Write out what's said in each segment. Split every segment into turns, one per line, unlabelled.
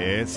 It's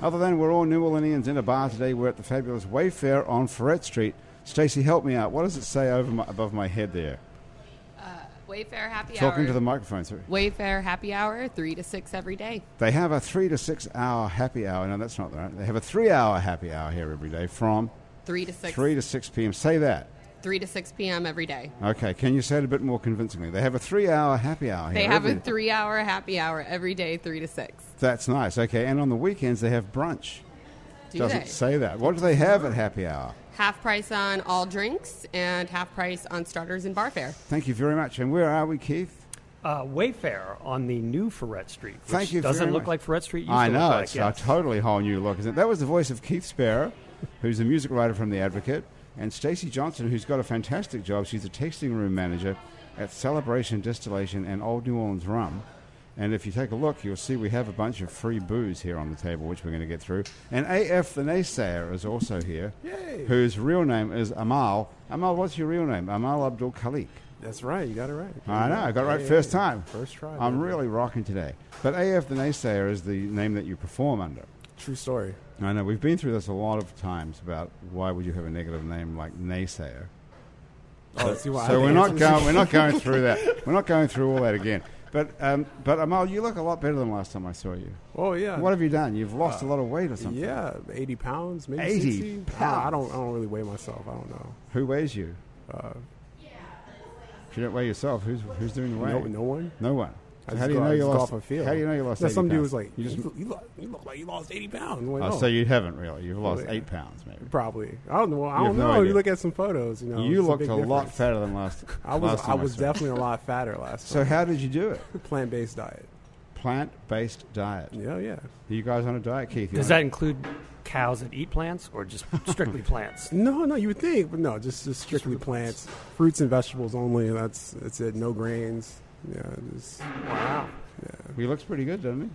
Other than we're all New Orleanians in a bar today, we're at the fabulous Wayfair on Ferret Street. Stacy, help me out. What does it say over my, above my head there?
Wayfair Happy Hour.
Talking to the microphone, sorry.
Wayfair Happy Hour, three to six every day.
They have a three to six hour happy hour. No, that's not right. They have a three hour happy hour here every day from
Three to six.
three to six p.m. Say that.
three to six p.m. every day.
Okay, can you say it a bit more convincingly? They have a three hour happy hour here.
They have a
every-
three-hour happy hour every day, three to six.
That's nice. Okay, and on the weekends they have brunch.
Do
Doesn't
they?
say that. What do they have at happy hour?
half price on all drinks and half price on starters and bar fare.
Thank you very much. And where are we, Keith?
Uh, Wayfair on the new Ferret Street. Which
Thank you.
Doesn't
very
look
much.
like Ferret Street. Used
I
to
know
Look like,
it's
yes.
a totally whole new look, isn't it? That was the voice of Keith Sparrow, who's a music writer from The Advocate, and Stacey Johnson, who's got a fantastic job. She's a tasting room manager at Celebration Distillation and Old New Orleans Rum. And if you take a look, you'll see we have a bunch of free booze here on the table, which we're going to get through. And AF the Naysayer is also here, whose real name is Amal. Amal, what's your real name? Amal Abdul Khalik.
That's right. You got it right.
I know, I got it right
Yeah,
first
yeah.
time.
First try.
I'm
man.
really rocking today. But AF the Naysayer is the name that you perform under.
True story.
I know we've been through this a lot of times about why would you have a negative name like naysayer.
Oh, see why I
so we're
think
not
it's-
going. We're not going through that. We're not going through all that again. But um, but Amal, you look a lot better than last time I saw you.
Oh yeah.
What have you done? You've lost a lot of weight or something.
uh, Yeah, eighty pounds, maybe
80
60? I don't. I don't really weigh myself. I don't know.
Who weighs you?
Uh,
if you don't weigh yourself, who's who's doing the
No,
weighing?
no one.
No one. So
I just
how do you
go-
know
I
you
just go
lost?
Off a feel.
How do you know you lost?
No,
80
some dude
pounds?
was like,
you
you,
just.
look, you, look, you look like you lost eighty pounds. I'm like,
Oh,
"Oh,
so you haven't really. You've lost
yeah.
eight pounds, maybe.
probably. I don't know. I
You have
don't
no
know.
idea.
you look at some photos. You know,
you
it's
looked
big
a lot
difference.
fatter than last.
I was.
last
I
time
was
saw you.
definitely a lot fatter last
So
time.
how did you do it?
Plant based diet.
Plant-based diet.
Yeah, yeah.
Are you guys on a diet, Keith? You
Does that
on
include cows that eat plants or just strictly plants?
No, no, you would think, but no, just, just strictly plants, fruits and vegetables only. That's that's it. No grains. Yeah, just,
Wow.
a- He looks pretty good, doesn't he?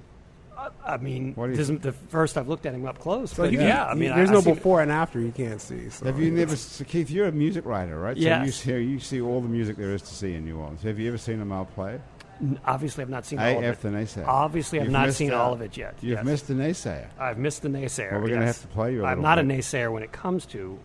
I, I mean,
What do you
this isn't the first I've looked at him up close.
so
but
you,
yeah,
can-
I mean, I-
there's
I
no
see-
before and after. You can't see. So
Have you never, so Keith? You're a music writer, right? So you
Yes.
see, you see all the music there is to see in New Orleans. Have you ever seen a male play?
n- Obviously, I've not seen all
AF
of
the
it.
Naysayer.
Obviously, I've
You've
not
missed
seen
out.
all of it yet.
You've
Yes.
missed the Naysayer.
I've missed the naysayer.
Well, we're gonna
yes.
have to play you a
I'm
little
not a
bit.
naysayer when it comes to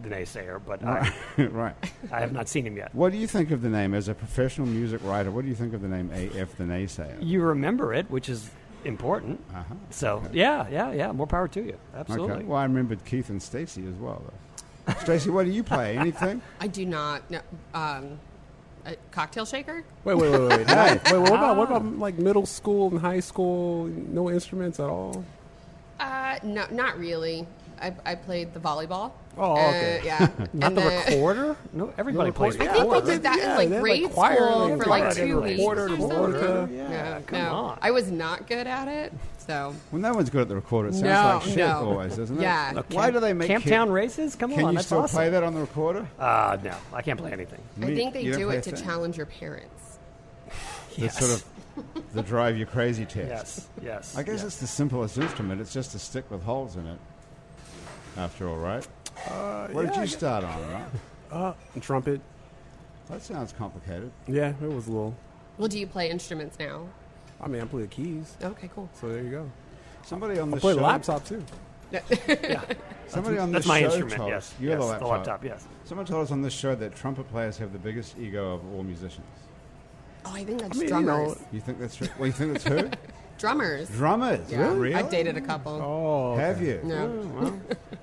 the naysayer, but I,
right.
I have not seen him yet.
What do you think of the name as a professional music writer? What do you think of the name AF the Naysayer?
You remember it, which is important.
Uh-huh.
So yeah, yeah, yeah. More power to you. Absolutely.
Okay. Well, I remembered Keith and Stacy as well. Though. Stacy, what do you play? Anything?
I do not know. Um, a cocktail shaker?
Wait, wait, wait, wait. No, wait, what about what
Ah.
about like middle school and high school? No instruments at all.
Uh, no, not really. I, I played the volleyball.
Oh, okay.
Uh, yeah.
Not
And
the
then-
recorder? No, everybody
recorder-
plays
I
I think
recorder.
we
Yeah,
did that
yeah,
in like
they had, like,
grade
choir
school
and
for like
everything.
two weeks.
Recorder,
or
the
something.
recorder.
No,
Yeah, come
no.
on.
I was not good at it, so
Well, no one's good at the recorder. It sounds
No,
like shit
no.
always, doesn't it?
Yeah.
Look,
Why
Camp-
do they make
Camp
kid-
Town races? Come
Can
on,
you
that's
still
awesome.
play that on the recorder?
Uh, no, I can't play anything.
I
Me-
think they
you don't
do
play a
it to
thing.
challenge your parents.
That's sort of the drive you crazy test.
Yes, yes.
I guess
yes.
it's the simplest instrument. It's just a stick with holes in it. After all, right?
Uh,
What did
yeah, I
you
guess-
start on, right?
Uh, trumpet.
That sounds complicated.
Yeah, it was a little.
Well, do you play instruments now?
I mean, I play the keys.
Okay, cool.
So there you go.
Somebody on
I
the
play
show.
laptop too.
Somebody on
that's
the
my
show
instrument.
told
yes,
us- You're
yes,
the, laptop.
Yes.
Someone told us on this show that trumpet players have the biggest ego of all musicians.
Oh, I think that's
mean, you
drummers.
know-
You think that's true? Well, you think that's who?
drummers.
Drummers.
Yeah.
Really?
I've dated a couple.
Oh, okay.
Have you?
No.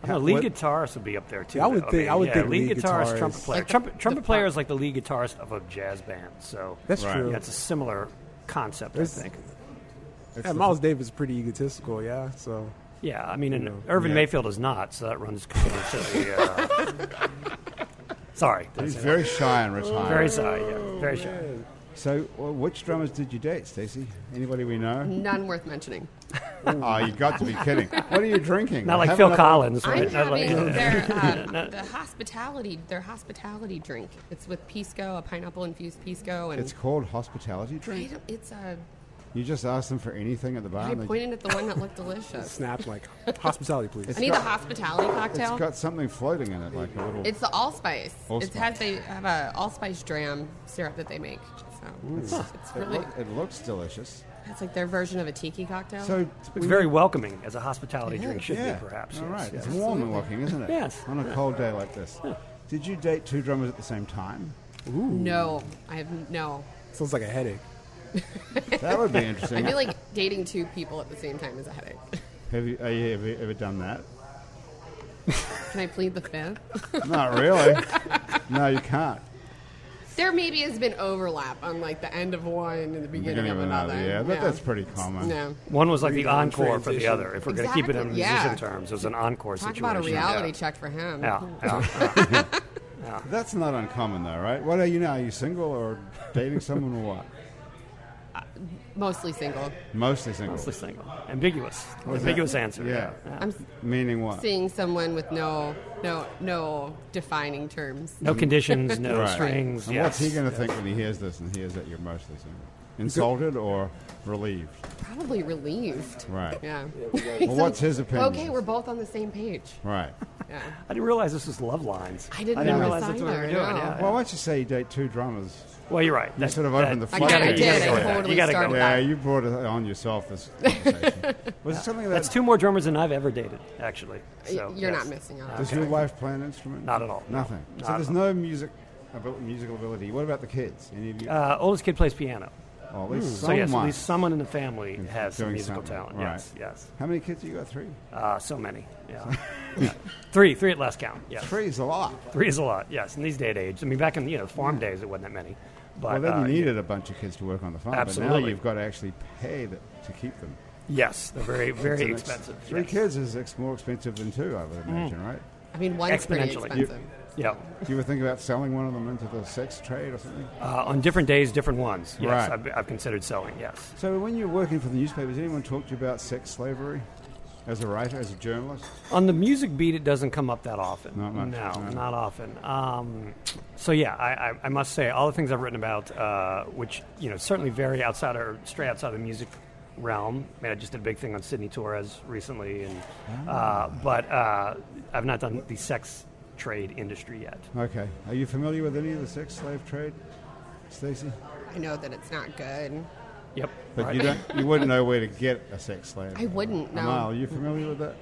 I know, lead
What-
guitarist would be up there too.
Yeah, I would
though.
think- I would
yeah,
think
lead
lead
guitarist,
guitarist.
trumpet player.
Like the-
trumpet trumpet
the-
player is like the lead guitarist of a jazz band. So
That's
Right.
true.
yeah, it's a similar concept, I
There's-
think.
It's the-
yeah, Miles Davis is pretty egotistical. Yeah, so
Yeah, I mean, and Irvin
Yeah.
Mayfield is not, so that runs counter to the. Uh, sorry,
He's
that's it.
very shy and retired.
very sorry. Yeah, very shy.
So, well, which drummers did you date, Stacey? Anybody we know?
None worth mentioning.
Oh, you got to be kidding. What are you drinking?
Mm. Not like
Have
Phil
another-
Collins,
I'm
right? Not like-
having their, um, the hospitality, their hospitality drink. It's with pisco, a pineapple infused pisco, and
It's called hospitality
I
drink.
don't- it's a.
You just ask them for anything at the bar.
I
and they-
pointed at the one that looked delicious.
Snapped like hospitality, please.
I need the
got-
hospitality
it's
cocktail.
got something floating in it, like a little.
It's the allspice.
Allspice.
It has they have a allspice dram syrup that they make. So it's, it's
it,
really
look- it looks delicious.
it's like their version of a tiki cocktail.
So
Oh. It's very welcoming, as a hospitality drink should
yeah,
be, perhaps.
All
yes,
right,
yes.
it's warm and looking, isn't it?
Yes.
On a cold day like this. Did you date two drummers at the same time?
no, I have no.
Sounds like a headache.
That would be
I
interesting.
feel like dating two people at the same time is a headache.
have, you, are you, have you ever done that?
Can I plead the fifth?
Not really. no, you can't.
there maybe has been overlap on like the end of one and the beginning,
Beginning
of
of
another.
another, yeah, but that's pretty common.
No.
One was like the
Freedom
encore for the
transition.
other. If we're going to keep it in
Exactly, yeah.
musician terms, it was an encore
Talk
situation.
about a reality
yeah.
check for him.
Yeah, yeah, yeah.
That's not uncommon, though, right? What are you now? Are you single or dating someone or what?
Mostly single.
Mostly single.
Mostly single. Ambiguous.
was
Ambiguous
that?
answer.
Yeah.
I'm s-
Meaning what?
seeing someone with no no no defining terms.
No conditions, no
Right.
strings.
And
yes.
what's he going to think when he hears this and hears that you're mostly single? Insulted or relieved?
Probably relieved.
Right.
Yeah.
Well, what's his opinion?
Okay, we're both on the same page.
Right.
Yeah.
I didn't realize this was love lines.
I didn't,
I didn't
realize
realize that's
either.
what we were doing,
no.
yeah.
Well, why don't you say you date two drummers?
Well, you're right. That,
sort of
that-
opened the
I
floodgates.
kind
Yeah,
of
you
did.
gotta
go
I
with that.
totally
You gotta go
started
with
Yeah,
that.
you brought it on yourself. This conversation. Was it something that
That's two more drummers than I've ever dated, actually.
Y-
So,
You're
yes.
not missing out.
Does your wife play an instrument?
Not at all.
Nothing.
Not
so
at
there's
all.
no music, abil- musical ability. What about the kids? Any of you?
Uh, oldest kid plays piano.
oh, at least
So yes, at
someone.
least someone in the family has some
doing
musical
something,
talent.
right.
Yes, yes.
How many kids you got? Three.
Uh, so many. Yeah. Yeah. Three, three at last count. Yes.
Three is a lot.
Three is a lot. Yes, in these day and age. I mean, back in you know farm days, it wasn't that many.
Well,
But
then
uh,
you needed a bunch of kids to work on the farm. But now
Absolutely.
you've got to actually pay th- to keep them.
yes, they're very, very
It's an ex-
expensive.
Three
yes. Mm.
kids is ex- more expensive than two, I would imagine, right?
I mean, one's pretty
Exponentially.
expensive.
Yeah.
Do you ever think about selling one of them into the sex trade or something?
Uh, on different days, different ones. Yes,
Right.
I've, I've considered selling. Yes.
So, when you were working for the newspapers, anyone talk to you about sex slavery as a writer, as a journalist?
On the music beat, it doesn't come up that often.
Not much,
No,
no.
not often. Um, so yeah, I, I, I must say all the things I've written about, uh, which you know certainly vary outside or stray outside the music realm. I mean, I just did a big thing on Sidney Torres recently, and
Ah.
uh, but uh, I've not done the sex trade industry yet.
Okay. Are you familiar with any of the sex slave trade, Stacey?
I know that it's not good.
Yep.
But
right.
you don't. You wouldn't know where to get a sex slave.
I wouldn't, no.
Amal, are you familiar with that?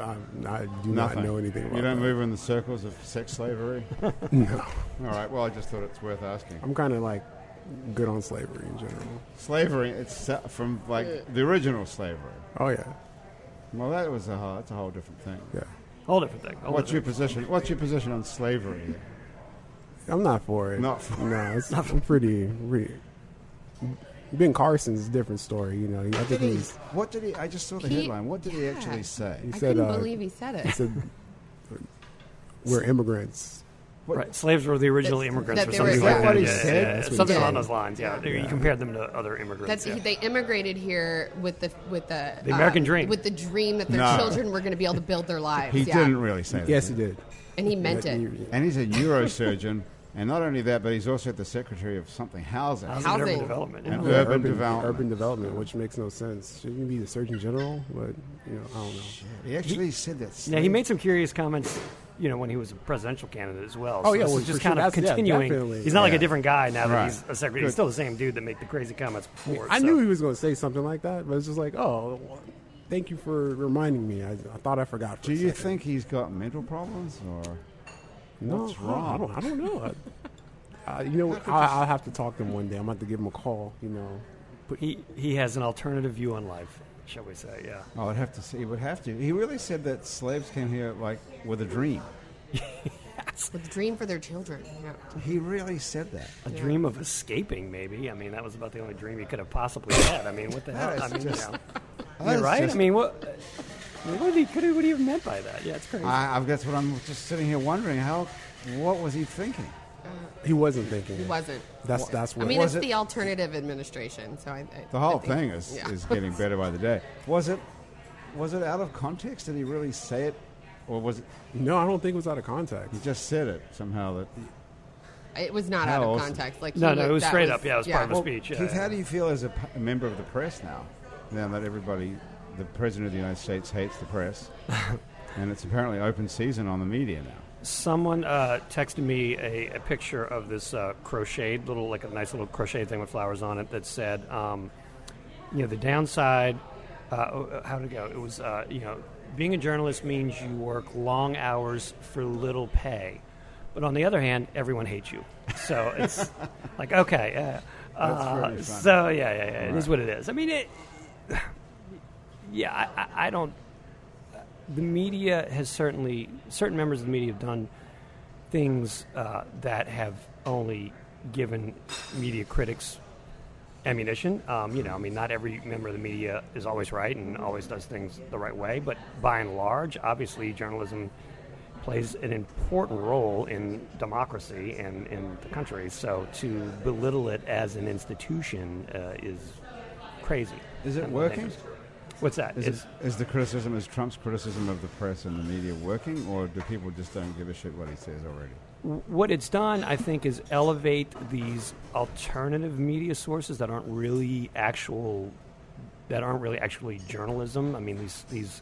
I, I do not know anything about
You don't
that.
move in the circles of sex slavery. no. All right. Well, I just thought it's worth asking.
I'm kind of like good on slavery in general.
Slavery. It's uh, from like the original slavery.
Oh, yeah.
Well, that was a whole, that's a whole different thing.
Yeah.
Whole different thing. whole
What's your
different
position? What's your position on slavery?
I'm not for it.
Not for-
No, it's I'm pretty. pretty ben Carson's a different story, you know. I think he's
What did he? I just saw the
He-
headline. What did he
yeah.
actually say?
He
I
said,
couldn't
uh,
believe he said it.
he said we're immigrants.
What-
Right. Slaves were the original
That-
immigrants
that
or
they
something
were-
like
Is that
that.
what he
yeah, yeah,
said?
yeah,
That's
what
Something
he
along
said.
those lines, yeah. You compared them to other immigrants.
That's
yeah.
they immigrated here with the with the,
The American
um,
dream.
with the dream that their
No.
children were going to be able to build their lives.
He
yeah.
didn't really say that.
Yes, he
did
did.
and he meant
Yeah,
it.
he-
And he's a neurosurgeon, and not only that, but he's also the secretary of something housing.
Housing and
housing.
urban development.
And
yeah.
urban development.
Urban development, which makes no sense. Shouldn't you be the Surgeon General? But you know, I don't know.
He actually said that.
Yeah, he made some curious comments, you know, when he was a presidential candidate as well.
Oh,
So
yeah,
this
well,
is just
for sure.
kind of
That's- yeah,
continuing.
definitely.
he's not like
Yeah.
a different guy now that
Right.
he's a secretary. He's
Good.
still the same dude that made the crazy comments before.
I
so-
knew he was going to say something like that, but it's just like, oh, thank you for reminding me. I, I thought I forgot. For
Do
a
you
second.
think he's got mental problems or?
No,
What's
I don't- I
wrong?
don't, I don't know. I, uh, you know, what? I, I'll have to talk to him one day. I'm going to have to give him a call. You know, but
he he has an alternative view on life, shall we say? Yeah.
Oh, I'd have to see. He would have to. He really said that slaves came here like with a dream.
with the dream for their children. Yeah.
He really said that.
A dream of escaping, maybe. I mean, that was about the only dream he could have possibly had. I mean, what the
That
hell? I
is
mean,
just-
you know.
That
You're
is
right.
just-
I mean, what? I mean, what did he? Could he what do you have meant by that? Yeah, it's crazy.
I, I've, that's what I'm just sitting here wondering. How? What was he thinking?
He wasn't thinking.
It
it.
wasn't.
That's that's what.
I mean,
Was
it's
it-
the alternative administration, so I. I
The whole
I think-
thing is,
yeah.
is getting better by the day. Was it was it out of context? Did he really say it, or was it
no, I don't think it was out of context.
he just said it somehow? That
It was not
How
out of
awesome.
context. Like
No,
he
no,
was-
it was
that
straight up. Yeah, it was part of a
Well,
speech, yeah,
Keith, how
yeah.
do you feel as a, p- a member of the press now? Now that everybody, the president of the United States hates the press, and it's apparently open season on the media now.
Someone uh, texted me a, a picture of this uh, crocheted little, like a nice little crocheted thing with flowers on it that said, um, you know, the downside. Uh, oh, uh, how to go? It was, uh, you know, being a journalist means you work long hours for little pay, but on the other hand, everyone hates you. So it's like okay, yeah. Uh,
pretty funny.
so yeah, yeah, yeah. It is what it is. I mean, it. Yeah, I, I, I don't. The media has certainly certain members of the media have done things uh, that have only given media critics ammunition. Um, you know, I mean, not every member of the media is always right and always does things the right way, but by and large, obviously, journalism plays an important role in democracy and in the country. So to belittle it as an institution uh, is crazy.
Is it
And
working?
dangerous. What's that?
Is,
It's-
it, is the criticism, is Trump's criticism of the press and the media working, or do people just don't give a shit what he says already?
what it's done, I think, is elevate these alternative media sources that aren't really actual, that aren't really actually journalism. I mean, these these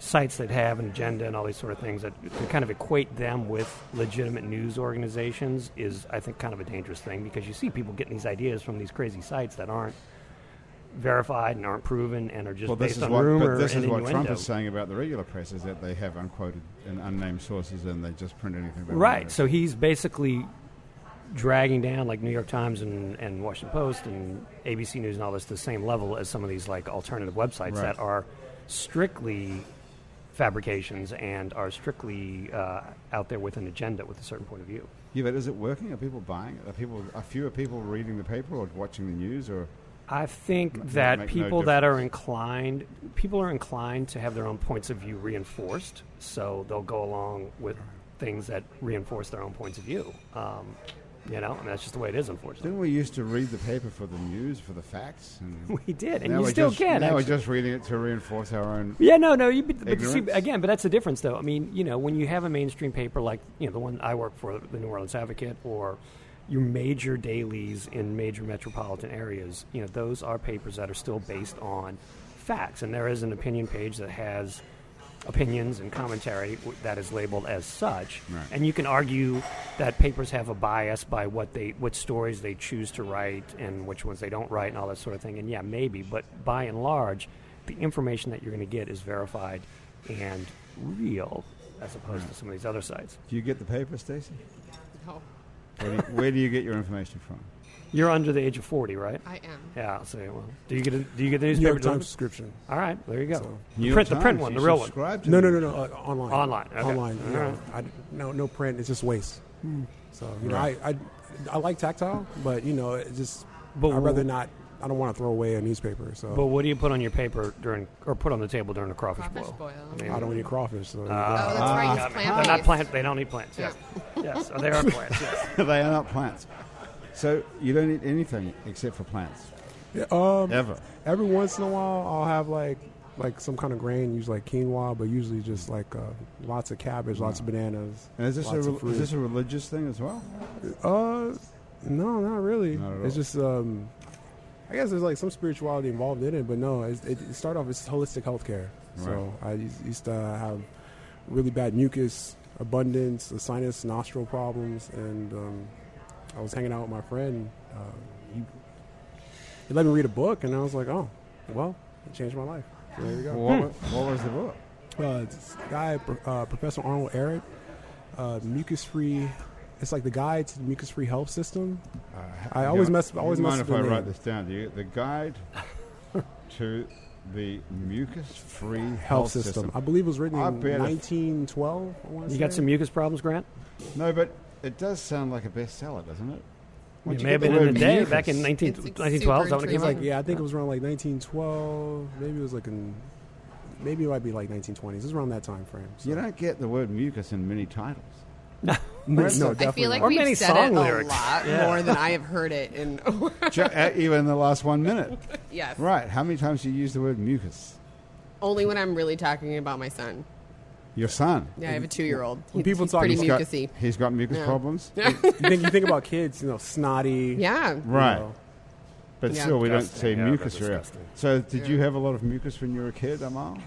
sites that have an agenda and all these sort of things that to kind of equate them with legitimate news organizations is, I think, kind of a dangerous thing because you see people getting these ideas from these crazy sites that aren't verified and aren't proven and are just
Well, this
based
is
on
what,
rumor
but this
and
is what Trump
innuendo.
is saying about the regular press is that they have unquoted and unnamed sources and they just print anything. They
Right.
want.
So he's basically dragging down like New York Times and, and Washington Post and ABC News and all this to the same level as some of these like alternative websites
Right.
that are strictly fabrications and are strictly uh, out there with an agenda with a certain point of view.
yeah, but is it working? Are people buying it? Are people are fewer people reading the paper or watching the news or
I think
M-
that
make no
people that are inclined, people are inclined to have their own points of view reinforced, so they'll go along with things that reinforce their own points of view. Um, you know, I mean, that's just the way it is, unfortunately.
didn't we used to read the paper for the news for the facts? And
We did, and
now
you
we're
still
just,
can.
Now
actually.
we're just reading it to reinforce our own.
yeah, no, no. You, but, but see,
Ignorance?
again, but that's the difference, though. I mean, you know, when you have a mainstream paper like you know the one I work for, the New Orleans Advocate, or your major dailies in major metropolitan areas, you know, those are papers that are still based on facts, and there is an opinion page that has opinions and commentary w- that is labeled as such.
Right.
And you can argue that papers have a bias by what they what stories they choose to write and which ones they don't write and all that sort of thing. And yeah, maybe, but by and large, the information that you're going to get is verified and real as opposed to some of these other sites.
Do you get the paper, Stacey?
No,
Where do, you, where do you get your information from?
You're under the age of 40, right?
I am.
Yeah, I'll say. Well, do you get a, do you get the
New
newspaper?
York
delivered?
Times subscription.
All right, there you go.
So-
New
the
York
print, the print
Times,
one,
you
the real one.
subscribe to
No, no,
them.
no, no. Uh, online.
Online, okay.
Online.
All
yeah.
right.
I, no, no print. It's just waste. So you know, I, I I like tactile, but you know, it just
But
I'd rather
wh-
not. I don't want to throw away a newspaper. So
But what do you put on your paper during, or put on the table during a crawfish,
Crawfish
boil?
boil.
mean, uh,
I don't eat crawfish. So
Ah,
Oh, that's right. He's plant
They're not plant. They don't eat plants. Yes, yes. Oh, they are plants. Yes.
they are not plants. So you don't eat anything except for plants
Yeah, um,
ever.
every once in a while, I'll have like like some kind of grain, usually like quinoa, but usually just like uh, lots of cabbage, lots of bananas.
And is this a
lots of
re-
fruit.
is this a religious thing as well?
Uh, no, not really.
Not at
it's
all.
just um, I guess there's like some spirituality involved in it, but no, it's, it, it started off as holistic healthcare. So I used used to have really bad mucus, abundance, the sinus, nostril problems, and um, I was hanging out with my friend. Uh, he, he let me read a book, and I was like, oh, well, it changed my life. So there you go.
What, wa-
Hmm.
what was the book?
Uh, this guy, uh, Professor Arnold Arrett, uh, mucus free. It's like the guide to the mucus free health system. I always mess. I always
you
mess.
mind
up
if
the
I
name.
write this down? Do you the guide to the mucus-free health,
Health system. I believe it was written
I
in
bet if-
1912. I wanna
You got
say.
some mucus problems, Grant?
No, but it does sound like a bestseller, doesn't it? Where'd
It
you get
may have
the
been in
word
the day,
mucus?
back in 19,
It's, like,
1912. Is that when
super
it came
It's
out?
like
intriguing.
yeah, I think it was around like 1912. Maybe it was like in. Maybe it might be like 1920s. It's around that time frame. So.
You don't get the word mucus in many titles.
No,
Right.
no,
I
I
definitely
feel like
not.
Or
we've
many
said it
song
a
lyrics.
lot
Yeah.
more than I have heard it in.
Ju- uh, even the last one minute.
yes,
Right. How many times do you use the word mucus?
only when I'm really talking about my son.
Your son.
Yeah, I have a two-year-old.
When
He's,
people
he's
talk-
pretty
He's got,
mucusy.
he's got mucus
Yeah.
problems.
you think you think about kids, you know, snotty.
Yeah.
Right.
know.
But
Yeah.
still, we don't say
Disgusting. Yeah,
mucus
they're
here.
disgusting.
So, did you have a lot of mucus when you were a kid, Amal?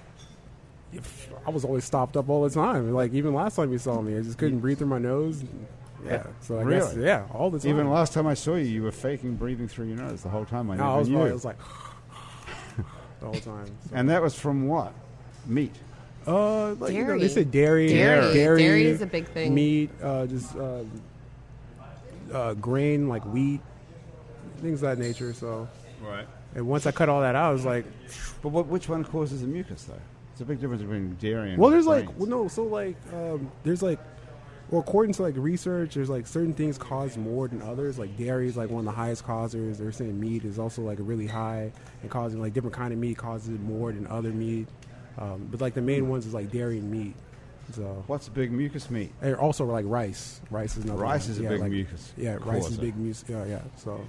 I was always stopped up all the time. Like even last time you saw me, I just couldn't breathe through my nose. Yeah. So I guess
Really?
yeah, all the time.
Even last time I saw you, you were faking breathing through your nose the whole time. I
no,
never
I was,
knew.
probably, I was like the whole time. So.
and that was from what? Meat.
Uh, like, you know,
Dairy.
they say dairy,
Dairy. Dairy is a big thing.
Meat, uh, just uh, uh, grain like wheat, things of that nature. So,
Right.
and once I cut all that out, I was like,
But what, which one causes the mucus though? It's a big difference between dairy and
well, there's like,
grains.
well, no, so like, um, there's like, well, according to like research, there's like certain things cause more than others. Like dairy is like one of the highest causers. They're saying meat is also like really high and causing like different kind of meat causes it more than other meat. Um, but like the main ones is like dairy and meat. So
What's a big mucus meat?
And also like rice. Rice is another
Rice
one.
is a
yeah,
big
like,
mucus
Yeah, rice is
causer.
big mucus. Yeah, yeah. So,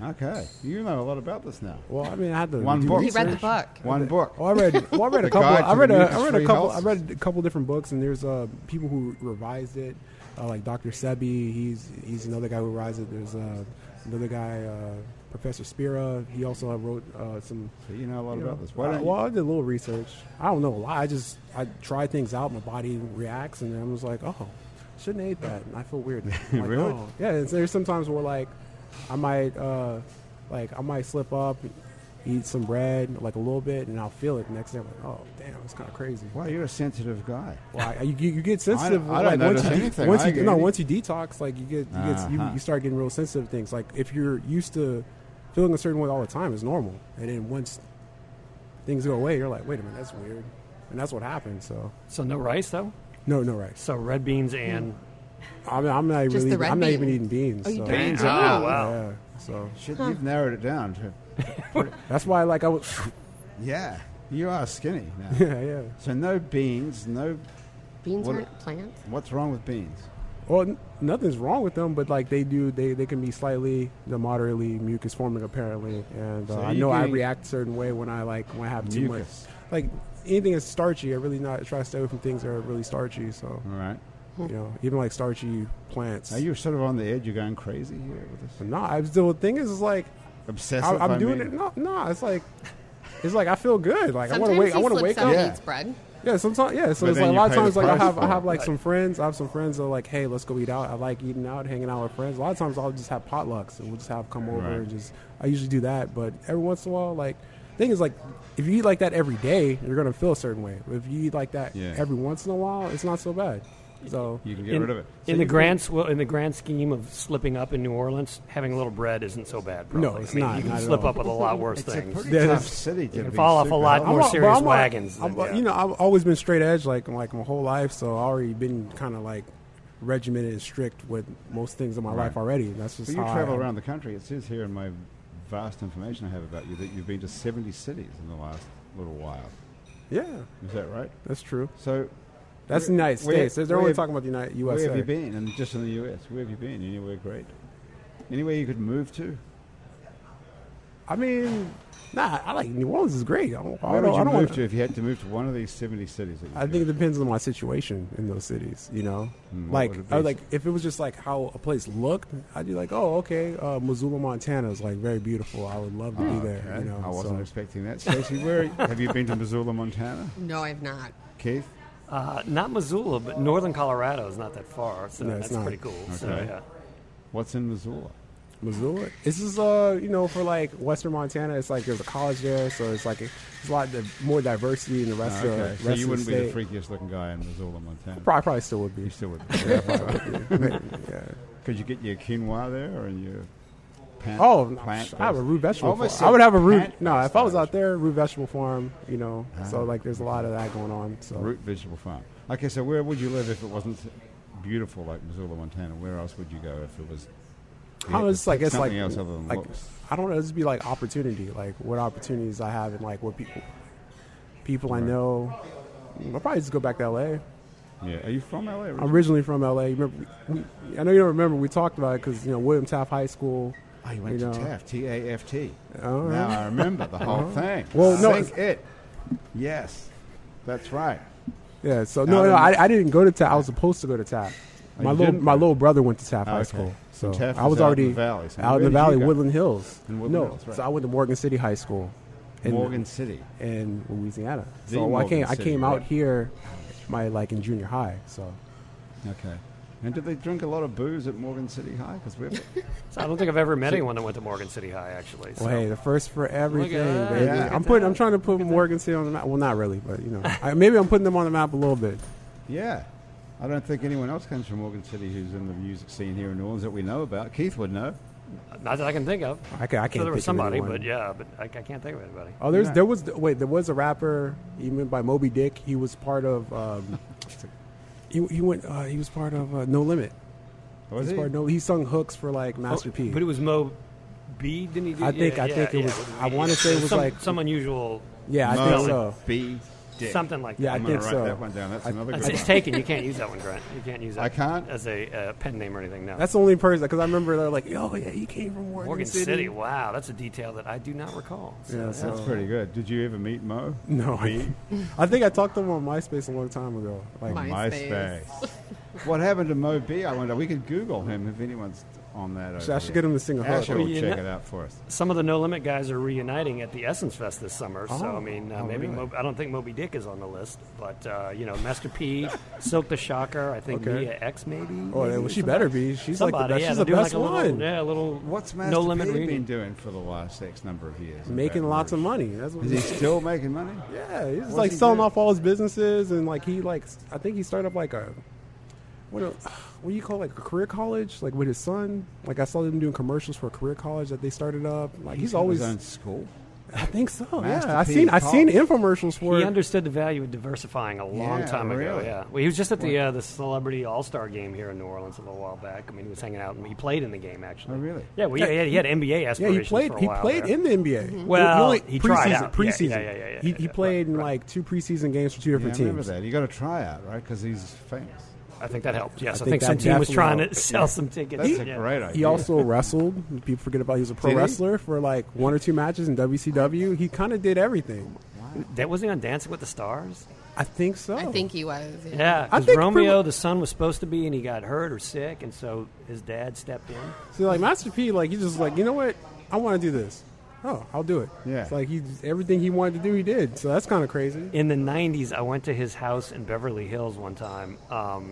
Okay, you know a lot about this now.
well, I mean, I had to
One
do
book.
He read the
Research.
book.
One book.
Oh, I read. Well, I read
The
a couple.
Guide to
I read
the
a.
Mucus
I read a
Free
couple.
Houses.
I read a couple different books, and there's uh, people who revised it, uh, like Dr. Sebi. He's he's another guy who revised it. There's uh, another guy, uh, Professor Spira. He also wrote uh, some.
So you know a lot
you know,
about this. Why
uh,
don't you-
well, I did a little research. I don't know a lot. I just I try things out. My body reacts, and then I'm just like, oh, shouldn't ate that. And I feel weird. I'm like,
Really?
oh. Yeah. And there's sometimes where like I might uh, like I might slip up, eat some bread like a little bit, and I'll feel it the next day. I'm like, oh, damn, it's kind of crazy.
Wow, you're a sensitive guy.
Well, I, you, get- you get sensitive.
I don't
like, once
notice
you de-
anything.
Once
I
you,
get
no,
it.
once you detox, like you get, you, get you,
Uh-huh.
you start getting real sensitive to things. Like if you're used to feeling a certain way all the time, it's normal. And then once things go away, you're like, wait a minute, that's weird. And that's what happened. So
So no rice though.
no, no rice.
So red beans
Hmm.
and
I'm, I'm not
Just
really.
the red
I'm not even
bean?
eating beans.
Oh, you
so.
don't?
beans.
Oh,
Oh wow.
Yeah. So
Shit, you've narrowed it down to.
that's why, like, I was.
Yeah, you are skinny now.
yeah, yeah.
so no beans, no.
Beans
What-
aren't plants.
What's wrong with beans?
Well, n- nothing's wrong with them, but like they do, they, they can be slightly to moderately mucus forming apparently, and uh,
So
I
you
know I
getting-
react a certain way when I like when I have too much.
Mucus.
Like anything that's starchy, I really not try to stay away from things that are really starchy. So
All right.
you know, even like starchy plants.
Are Hmm. you sort of on the edge? You're going crazy here with this.
No, I still. The thing is, is like
Obsessive.
I,
I
I'm doing
mean.
it. No, no, it's like it's like I feel good. Like
Sometimes
I want to wake. I
he
want to
slips
wake
up
up.
and
Yeah.
eats bread.
Yeah, sometimes. Yeah, so
But then
it's like a
you
lot of
pay the
times. Like I
price
have,
for
I
it.
have like some friends. I have some friends that are like, hey, let's go eat out. I like eating out, hanging out with friends. A lot of times I'll just have potlucks and we'll just have come over
Right.
and just. I usually do that, but every once in a while, like, thing is like, if you eat like that every day, you're gonna feel a certain way. But if you eat like that
Yeah.
every once in a while, it's not so bad. So
You can get
in,
rid of it.
in the grand sw- in the grand scheme of slipping up in New Orleans, having a little bread isn't so bad. Probably.
No, it's
I mean,
not,
You can
not at
slip
all.
up with a lot worse
It's a
things.
pretty
There's-
tough city. to
You can
be
fall off a
super
lot
healthy.
more
al- but
serious
al-
wagons
I'm,
than-
You know, I've always been straight edge, like like my whole life. So I've already been kind of like regimented and strict with most things in my life already. That's just
But you
how I
travel
am.
around the country. It says here in my vast information I have about you that you've been to 70 cities in the last little while.
Yeah,
Is that right?
that's true.
So
That's the United
Where-
States. They're
where-
only talking about the United
where
USA.
have you been? And just in the US, where have you been? Anywhere great? Anywhere you could move to?
I mean, nah, I like New Orleans is great. I don't, I
Where
don't,
would
I
you
don't
move
wanna-
to if you had to move to one of these 70 cities? That you
I think it depends on my situation in those cities. You know,
Hmm, what
like
would it be?
I, like if it was just like how a place looked, I'd be like, oh, okay, uh, Missoula, Montana is like very beautiful. I would love to be there. You know,
Oh, I wasn't
so-
expecting that. Stacey, where have you been to Missoula, Montana?
No, I've not.
Keith?
Uh, not Missoula, but northern Colorado is not that far, so
No, it's
that's
not.
pretty cool. So,
Okay.
yeah.
What's in Missoula?
Missoula. This is uh, you know, for like Western Montana, it's like there's a college there, so it's like it's a lot of more diversity in the rest of the
Ah, okay.
rest
So you
of
wouldn't
the
be the
state.
freakiest looking guy in Missoula, Montana.
Probably, probably still would
You
be.
still would. be.
Yeah.
Could you get your quinoa there or your plant?
Oh, no,
plant
I have a root vegetable.
Almost
farm. I would have a
said
root.
plant
No, if I was
based.
out there, root vegetable farm. You know,
Ah.
so like there's a lot of that going on. So
root vegetable farm. Okay, so where would you live if it wasn't beautiful like Missoula, Montana? Where else would you go if it was?
I don't know, it's like it's like,
something else other than
like
looks.
I don't know. It's be like opportunity, like what opportunities I have and like what people people I know. I'll probably just go back to L.A.
Yeah. Are you from LA?
I'm
originally?
originally from LA. Remember, we, we- I know you don't remember. We talked about it because you know William Taft High School.
Oh, you went
you know.
to TAFT, T A F T. Now
All right. Uh-huh.
I remember the whole thing.
Well, no,
Sink it. Yes, that's right.
Yeah. So
Now
no,
I
no,
remember.
I, I didn't go to Taft. I was supposed to go to Taft.
Oh,
my
you
little
didn't?
my little brother went to Taft
Oh,
High
okay.
School,
So
so
Taft
I
is out
was
in
already
the valley. So
out
where
in the
did you
valley,
go?
Woodland Hills.
In Woodland
no,
Hills, right.
so I went to Morgan City High School in
Morgan City.
in Louisiana.
The
so I
Morgan
came I
City,
came
right.
out here, my like in junior high. So
Okay. And did they drink a lot of booze at Morgan City High? Because we're
So I don't think I've ever met anyone that went to Morgan City High, actually. So.
well, hey, the first for everything,
that.
baby.
Yeah. Look
I'm
at
putting I'm trying to put Morgan City on the map. Well, not really, but you know, I, maybe I'm putting them on the map a little bit.
yeah. I don't think anyone else comes from Morgan City who's in the music scene here in New Orleans that we know about. Keith would know.
uh, Not that I can think of.
I, ca- I can't.
So there was
think of
somebody,
anyone.
but yeah, but I, I can't think of anybody.
Oh, there's
Yeah.
there was wait there was a rapper even by Moby Dick. He was part of. Um, he, he went. Uh, he was part of uh, No Limit.
Was
He's
he?
part of no. He sung hooks for like Master
Oh,
P.
But it was Mo B, didn't he? Do?
I think-
yeah,
I
yeah,
think it
yeah,
was-
with
I
B.
wanna say it was
some,
like-
some unusual.
yeah, I
Mo
think so.
B. Dick.
Something like
Yeah,
that.
I'm
I
going
think
to write
so.
that one down. That's
I-
another
It's,
good
it's
one.
taken. You can't use that one, Grant. You can't use that.
I can't?
as a uh, pen name or anything. No.
That's the only person because I remember they're like, oh yeah, he came from Morgan,
Morgan City. Wow, that's a detail that I do not recall. So,
Yeah,
That's
so-
pretty good. Did you ever meet Mo?
No, I, I think I talked to him on MySpace a long time ago. Like,
My- MySpace.
what happened to Mo B? I wonder. We could Google him if anyone's on that.
I should get him to sing a hook.
Asher will
Well, you
check
know-
it out for us.
Some of the No Limit guys are reuniting at the Essence Fest this summer. so
Oh.
I mean, uh,
Oh,
maybe
really?
Mo- I don't think Moby Dick is on the list, but uh, you know, Master P, Silk the Shocker. I think
Okay.
Mia X maybe.
Oh,
maybe
well, she
somebody-
better be. She's like the
somebody,
best.
yeah,
She's
they're
the
doing
best
like a
one.
Little, yeah, a little.
What's Master
No Limit
P
reunion.
been doing for the last X number of years? in
Making
Baton
lots of
Rouge?
money. That's what
Is he still making money?
Yeah, he's
What's
like
he
selling
do?
off all his businesses and like he like s- I think he started up like a what a, what do you call it, like a career college like with his son. Like I saw them doing commercials for a career college that they started up. Like he's,
got
always
his own school.
I think so.
Master
yeah, I
P
seen I
Pop.
seen infomercials for
He
it.
understood the value of diversifying a long
Yeah,
time ago.
really.
Yeah, well, he was just at the uh, the Celebrity All Star Game here in New Orleans a little while back. I mean, he was hanging out and he played in the game actually.
Oh, really?
Yeah, well, yeah, he had, he had NBA
yeah,
aspirations.
he played
For a
he
while
played
there.
in the
Mm-hmm.
NBA.
Well,
only-
he tried
preseason,
out. Yeah,
preseason.
yeah, yeah, yeah, yeah,
he,
yeah,
he
right,
played in
right.
like two preseason games for two
Yeah, I
different
remember
teams.
that. You got to try out, right? Because he's famous.
I think that helped. Yes, I,
I
think,
think
some
that
team was
definitely
trying
helped.
to sell some tickets.
That's a
yeah.
great idea.
He also wrestled. People forget about he was a pro
Did he?
wrestler for like one or two matches in WCW. He kind of did everything.
That was he on Dancing with the Stars.
I think so.
Oh.
I think he was.
Yeah,
I
because
think
Romeo,
pretty-
the son, was supposed to be, and he got hurt or sick, and so his dad stepped in.
So like Master P, like he's just like, you know what? I want to do this. Oh, I'll do it.
Yeah.
It's like he everything he wanted to do, he did. So that's kind of crazy.
In the '90s, I went to his house in Beverly Hills one time because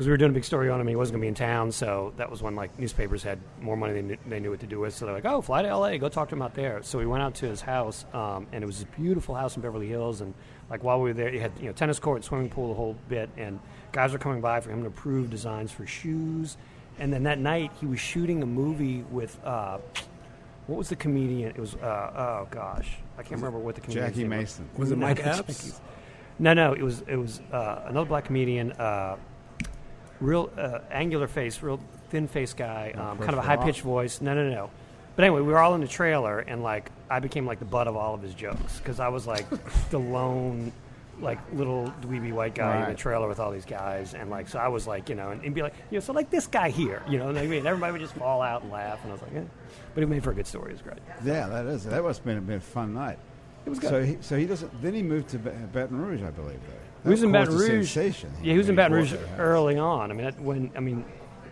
we were doing a big story on him. He wasn't going to be in town, so that was when like newspapers had more money than they knew what to do with. So they're like, "Oh, fly to LA, go talk to him out there." So we went out to his house, um, and it was a beautiful house in Beverly Hills. And like while we were there, it had you know tennis court, swimming pool, the whole bit. And guys were coming by for him to approve designs for shoes. And then that night, he was shooting a movie with. Uh, what was the comedian? It was uh, oh gosh, I can't remember what the comedian.
Jackie Mason.
Was it
No,
Mike
it's
Epps?
No, no, it was it was uh, another black comedian, uh, real uh, angular face, real thin faced guy, um, kind of a
Chris Rock.
high pitched voice. No, no, no. But anyway, we were all in the trailer, and like I became like the butt of all of his jokes because I was like the lone. Like little dweeby white guy in
Right.
the trailer with all these guys, and like so I was like, you know, and, and be like, you know, so like this guy here, you know, and I mean, everybody would just fall out and laugh, and I was like, eh. but it made for a good story. It was great.
Yeah, that is. That must have been, been a fun night. It was
good.
So he, so he doesn't. Then he moved to Ba- Baton Rouge, I believe. Though
He was
That
in Baton
caused a
Rouge.
Sensation.
Yeah, he was in
when
Baton
bought
Rouge
that house.
early on. I mean, that, when I mean,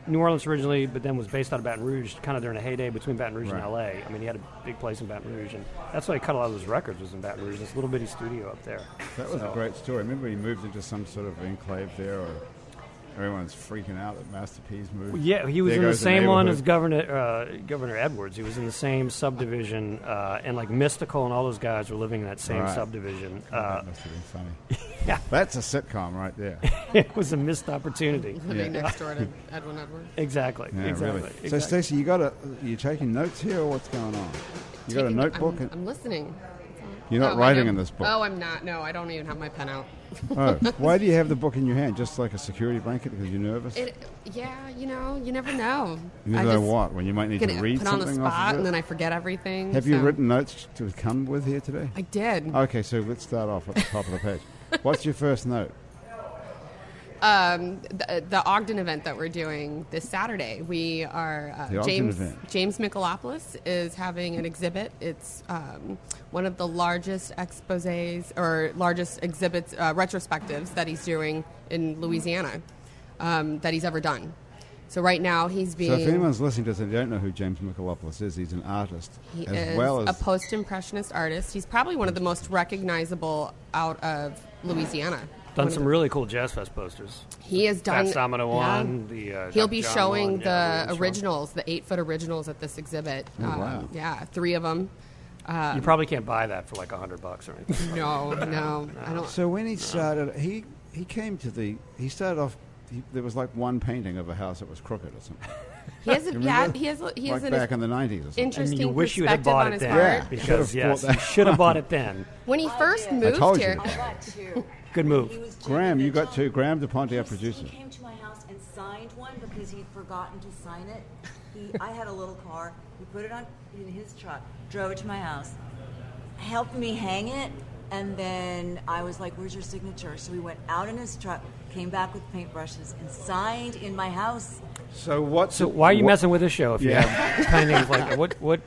New Orleans originally, but then was based out of Baton Rouge, kind of during a heyday between Baton Rouge
Right.
and L.A. I mean, he had a big place in Baton Rouge, and that's why he cut a lot of his records was in Baton Rouge. This little bitty studio up there.
That was a
So-
great story. Remember, he moved into some sort of enclave there, or everyone's freaking out that Master P's moved.
Yeah, he was
There
in the
goes
same one
neighborhood.
as Governor uh, Governor Edwards. He was in the same subdivision, uh, and like Mystical and all those guys were living in that same
Right.
subdivision. Uh,
That must have been funny. That's a sitcom right there.
it was a missed opportunity.
Yeah.
Living next door to Edwin Edwards.
Exactly.
Yeah,
exactly.
really. So,
exactly.
Stacey, you got a you taking notes here, or what's going on? You got a
Taking-
notebook?
I'm,
and-
I'm listening.
You're not
Oh, I
writing
am.
in this book.
Oh, I'm not. No, I don't even have my pen out.
Oh, why do you have the book in your hand? Just like a security blanket because you're nervous.
It, yeah, you know, you never know.
you never
I
know
just
what when you might need
get
to
it-
read
put on
something
the
off
spot,
of it.
and then I forget everything.
have you
so-
written Uh, notes to come with here today?
I did.
Okay, so let's start off at the top of the page. What's your first note?
um, the, the Ogden event that we're doing this Saturday. We are
The
uh,
Ogden
James
event.
James Michalopoulos is having an exhibit. It's um, one of the largest exposés or largest exhibits uh, retrospectives that he's doing in Louisiana um, that he's ever done. So right now he's being
So if anyone's listening to this and they don't know who James Michalopoulos is, he's an artist
He
as
is
well as
a post impressionist artist. He's probably one of the most recognizable out of Louisiana. One
Done
of
some really cool jazz fest posters.
the- he has done.
Fat Domino
yeah.
one. The uh,
He'll
Doc
be
John
showing
one,
the
yeah, really strong.
originals, the eight foot originals at this exhibit. Um,
Oh, wow.
Yeah, three of them.
you probably can't buy that for like a hundred bucks or anything.
No, no, I don't.
So when he started, he he came to the. He started off. He, there was like one painting of a house that was crooked or something.
He has a,
You
yeah,
remember?
he has a, he has
like
an
back in the nineties or something.
And
interesting
you wish you had
perspective
bought
on
it
his
then,
art.
Yeah.
because
Should've bought
yes,
that.
you should have bought it then.
When he first
I
moved
told you.
here,
I got two.
Good move.
He was doing
Graham,
a
you
good
got
job.
two. Graham DePonte, our
He-
producer.
He came to my house and signed one because he'd forgotten to sign it. He, I had a little car. He put it on in his truck, drove it to my house, helped me hang it, and then I was like, "Where's your signature?" So he went out in his truck, came back with paintbrushes, and signed in my house.
So what?
So why are you
what-
messing with this show if
Yeah.
you have paintings like what? What?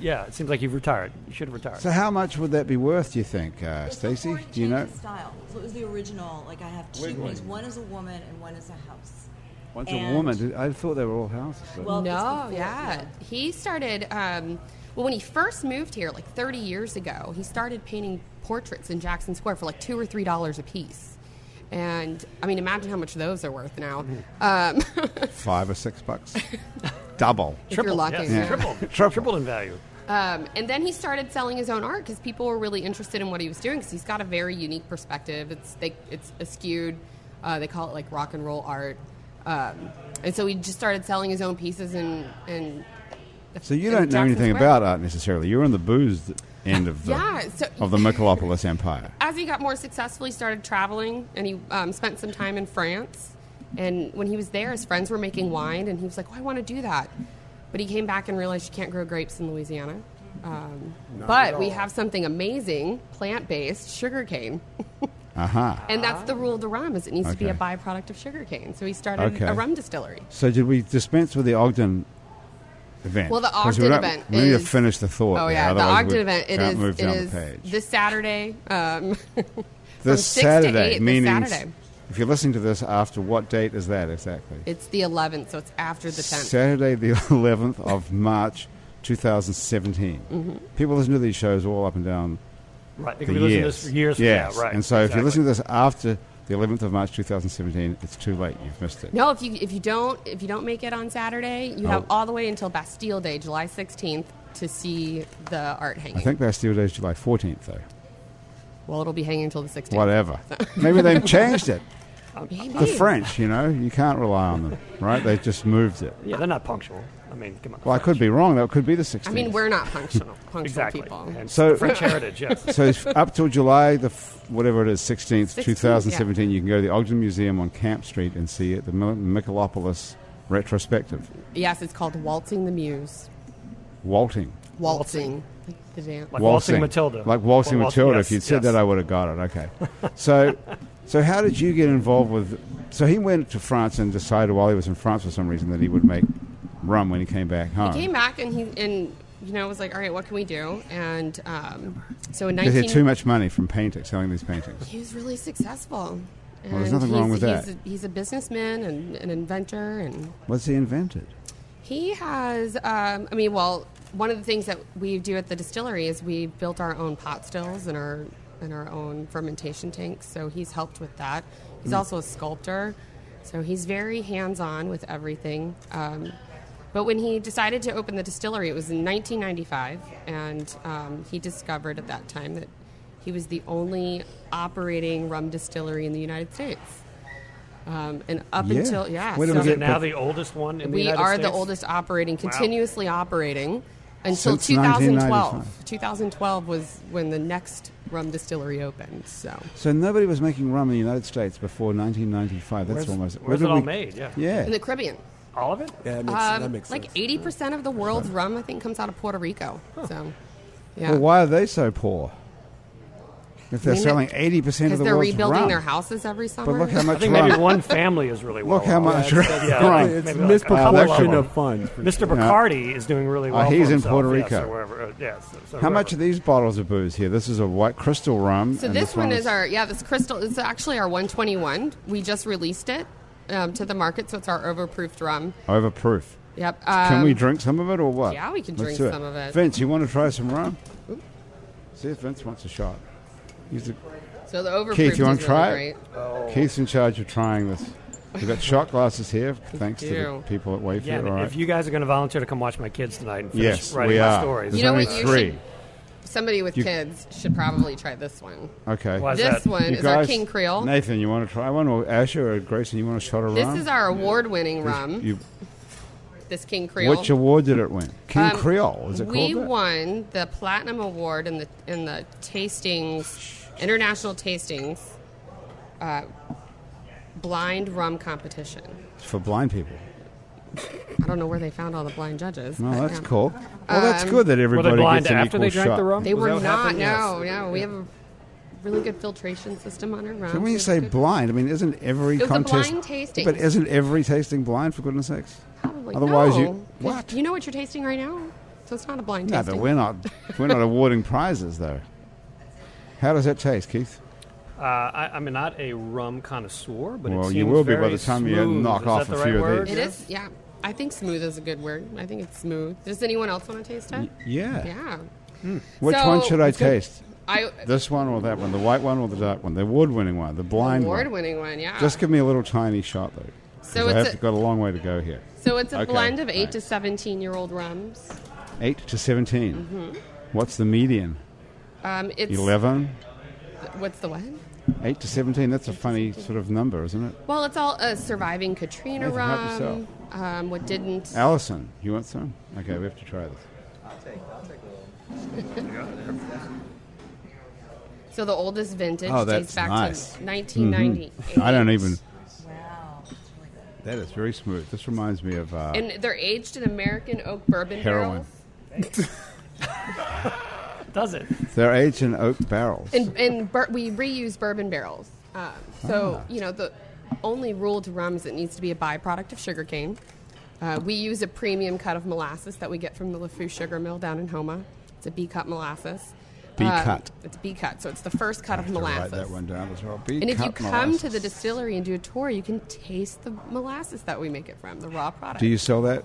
Yeah, it seems like you've retired. You should have retired.
So how much would that be worth? Do you think, uh,
It's before
Stacy?
he
Do you know?
changed his Style. So it was the original. Like I have two.
Wait, wait.
paintings. One is a woman and one is a house.
Once a
And-
woman, did- I thought they were all houses. but-
Well, it's
no,
before-
yeah. He started, um, well, when he first moved here, like 30 years ago, he started painting portraits in Jackson Square for like two or three dollars a piece. And I mean, imagine how much those are worth now. Um,
five or six bucks, double.
if you're lucky.
yes,
yeah.
tripled,
Triple.
tripled in value.
Um, and then he started selling his own art because people were really interested in what he was doing because he's got a very unique perspective. It's they, it's skewed. Uh, they call it like rock and roll art. Um, and so he just started selling his own pieces and and.
So you
in
don't know
Jackson
anything
Square.
about art necessarily. You're on the booze end of the
Yeah, so-
of the Michalopolis empire.
As he got more successful, he started traveling and he um, spent some time in France. And when he was there, his friends were making wine, and he was like, "Oh, I want to do that." But he came back and realized you can't grow grapes in Louisiana. Um, but
at
we
all.
have something amazing, plant-based sugarcane.
Aha.
And that's the rule of the rum is it needs to be a
Okay.
byproduct of sugarcane. So he started
Okay.
a rum distillery.
So did we dispense with the Ogden event?
Well, the
'Cause we
Ogden
don't-
event
We need to
is-
finish the thought.
Oh
there,
yeah, the
otherwise
Ogden
we
event. It
can't
is.
move
it
down
is
the page.
this Saturday. Um, from
This
six to
Saturday,
eight, this
meaning
Saturday.
if you're listening to this after what date is that exactly?
it's the 11th, so it's after the 10th.
Saturday, the 11th of March, 2017.
Mm-hmm.
People listen to these shows all up and down
Right, they
the
could be listening to
years.
this for years. from
Yes.
now, right.
And so if you
exactly.
listen to this after the 11th of March, 2017, it's too late. You've missed it.
No, if you if you don't if you don't make it on Saturday, you have
Oh.
all the way until Bastille Day, July 16th, to see the art hanging.
I think Bastille Day is July 14th, though.
well, it'll be hanging until the 16th.
Whatever. Maybe they've changed it.
Maybe.
The French, you know, you can't rely on them, right? They just moved it.
yeah, they're not punctual. I mean, come on.
Well, I could be wrong. That could be the 16th.
I mean, we're not punctual, punctual
exactly.
people.
And
So-
so French heritage, yes.
so it's up till July the f- whatever it is, sixteenth,
16th,
two thousand seventeen. You can go to the Ogden Museum on Camp Street and see it, the Mil- Michalopolis retrospective,
Yes, it's called Waltzing the Muse.
waltzing,
Waltzing. Like the dance.
Like waltzing Matilda.
like waltzing
Well, waltz-
Matilda.
yes,
if you'd said
yes.
that, I would have got it. Okay, so so how did you get involved with? So he went to France and decided while he was in France for some reason that he would make rum when he came back home.
He came back and he and you know was like, all right, what can we do? And um, so in
he
nineteen,
had too much money from painting, selling these paintings.
he was really successful. And
there's nothing wrong with
he's-
that.
He's a, he's a businessman and an inventor, and
What's he invented?
he has. Um, I mean, well, one of the things that we do at the distillery is we built our own pot stills and our and our own fermentation tanks. So he's helped with that. He's also a sculptor, so he's very hands-on with everything. Um, But when he decided to open the distillery, it was in 1995, and um, he discovered at that time that he was the only operating rum distillery in the United States. Um, and up
Yeah.
until yeah,
Where did
so
we
Is
get-
it now the oldest one in the
we
United
are the
States?
oldest operating, continuously operating until
Since
2012.
1995.
2012 was when the next rum distillery opened. So
So nobody was making rum in the United States before 1995. That's
Where's,
almost. where
where's
did
it all
we-
made? Yeah.
Yeah.
in the Caribbean,
All of it?
Yeah, that makes, that
um,
makes
like
sense.
80 percent of the world's rum, I think, comes out of Puerto Rico. So yeah.
Well, why are they so poor? If they're
I mean,
selling 80% of
because
the
they're
world's
rebuilding
rum.
their houses every summer.
But look how
I
much
think maybe
rum.
one family is really well.
Look how
off.
much
that's-
rum.
yeah,
Right.
like
It's
maybe like a couple of
misproportion
them.
of funds.
Mr. Bacardi is doing really well.
he's
for
in
himself,
Puerto
yes,
Rico.
or wherever, uh, yes, so
How
wherever.
much are these bottles of booze here? This is a white crystal rum.
So
and
this one is
is-
our yeah. This crystal is actually our 121. We just released it um, to the market, so it's our overproofed rum.
overproof.
Yep.
Can we
um,
drink some of it or what?
yeah, we can
Let's
drink
do
some of it.
Vince, you want to try some rum? See if Vince wants a shot. He's the,
So the overproofed
Keith, you
is
want
really
to try
great.
it?
Oh.
Keith's in charge of trying this. We've got shot glasses here, thanks to the
you.
people at Wayfair.
Yeah, and
all right.
if you guys are going to volunteer to come watch my kids tonight and finish
yes,
writing
we
my
are.
stories,
There's
You know
only
what you
three.
should- Somebody with
You-
kids should probably try this one.
Okay.
Why is
This
that?
one
You
is our
guys-
King Creole.
Nathan, you want to try one? Or Asher or Grayson, you want to shot a
This
rum?
is our award-winning rum.
You,
this King Creole.
which award did it win? King
Um,
Creole, is it
we
called that?
won the platinum award in the in the tastings, international tastings, uh, blind rum competition.
It's for blind people.
I don't know where they found all the blind judges.
No,
but
that's
yeah. Um,
cool. Well, that's good that
Were they
everybody
blind
gets an
after
equal
they drank
shot.
the rum?
They
Was
were
that what
not.
happened?
No,
Yes.
no. We have a really good filtration system on our rum.
So when you
It's
say
good-
blind, I mean, isn't every
It was a
contest
blind tasting.
But isn't every tasting blind? For goodness sakes.
Probably.
Otherwise,
no,
you
'cause
what?
You know what you're tasting right now, so it's not a blind
no,
tasting.
but we're not. We're not awarding prizes though. How does that taste, Keith?
Uh, I, I'm not a rum connoisseur, but
Well,
it
you
seems
will be by
very
the time you
smooth.
knock
Is
off
that
a
the
few
right
of
word?
these.
It is, yeah. I think smooth is a good word. I think it's smooth. Does anyone else want to taste it?
Yeah.
Yeah.
Which
So-
one should I
It's good.
taste?
I
This one or that one? The white one or the dark one? The award-winning one? The blind one?
award-winning one. Yeah.
Just give me a little tiny shot though. 'cause
So
I
it's
have
a-
got a long way to go here.
so it's a
Okay,
blend of eight to
thanks.
seventeen year old rums.
Eight to 17
Mm-hmm.
What's the median?
Um, it's
Eleven.
what's the what?
Eight to seventeen. That's a funny sort of number, isn't it?
Well, it's all uh, surviving Katrina
Nathan, help
rum. Um, what didn't?
Allison, you want some? Okay, we have to try this.
So the oldest vintage
Oh, that's
dates back
nice.
to 1998.
I don't even.
Wow. It's really good.
That is very smooth. This reminds me of. Uh,
And they're aged in American oak bourbon
Heroin.
barrels.
Does it?
they're aged in oak barrels.
And, and bur- we reuse bourbon barrels. Um, so,
Ah.
you know, the only rule to rum is it needs to be a byproduct of sugarcane. Uh, we use a premium cut of molasses that we get from the LeFou sugar mill down in Homa. It's a B cut molasses. Uh,
B cut.
It's B cut. So it's the first cut of
Have to
molasses.
Write that one down as well. Bee
And if you
cup
come to
molasses.
the distillery and do a tour, you can taste the molasses that we make it from, the raw product.
do you sell that?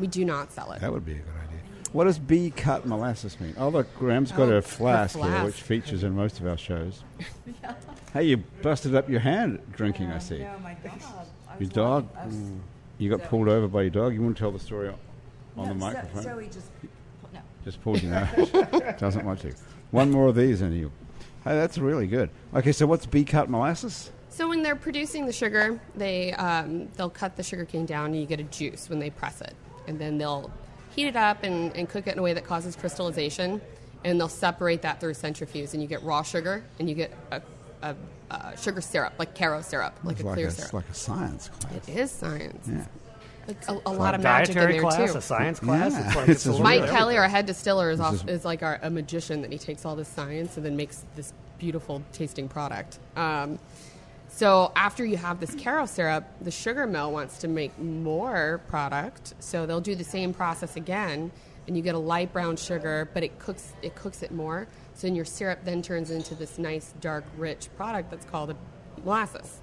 we do not sell it.
That would be a good idea. What does bee cut molasses mean? Oh, look, Graham's got
Oh,
a flask, here,
flask.
which features in most of our shows. hey, you busted up your hand drinking, I see.
No, my dog. I
Your
was
dog?
walking- I was-
You got pulled over by your dog. You want to tell the story on on the
No, so-
microphone?
So he just. No.
Just pulled you out. Doesn't want to. One more of these and you. Hey, that's really good. Okay, so what's B cut molasses?
So when they're producing the sugar, they um, they'll cut the sugar cane down, and you get a juice when they press it, and then they'll heat it up and, and cook it in a way that causes crystallization, and they'll separate that through centrifuge, and you get raw sugar, and you get a, a, a sugar syrup, like caro syrup, like
It's
a
like
clear
a,
syrup.
it's like a science class.
it is science.
Yeah.
It's a, a lot of magic in
Dietary
there
class,
too.
a science class.
Yeah.
It's like
This
it's a
is
little
Mike
bit of
Kelly, our
everything.
head distiller, is, off,
is-
is, like our, a magician that he takes all this science and then makes this beautiful tasting product. Um, so after you have this caro syrup, the sugar mill wants to make more product, so they'll do the same process again, and you get a light brown sugar, but it cooks it cooks it more. So then your syrup then turns into this nice dark rich product that's called a molasses.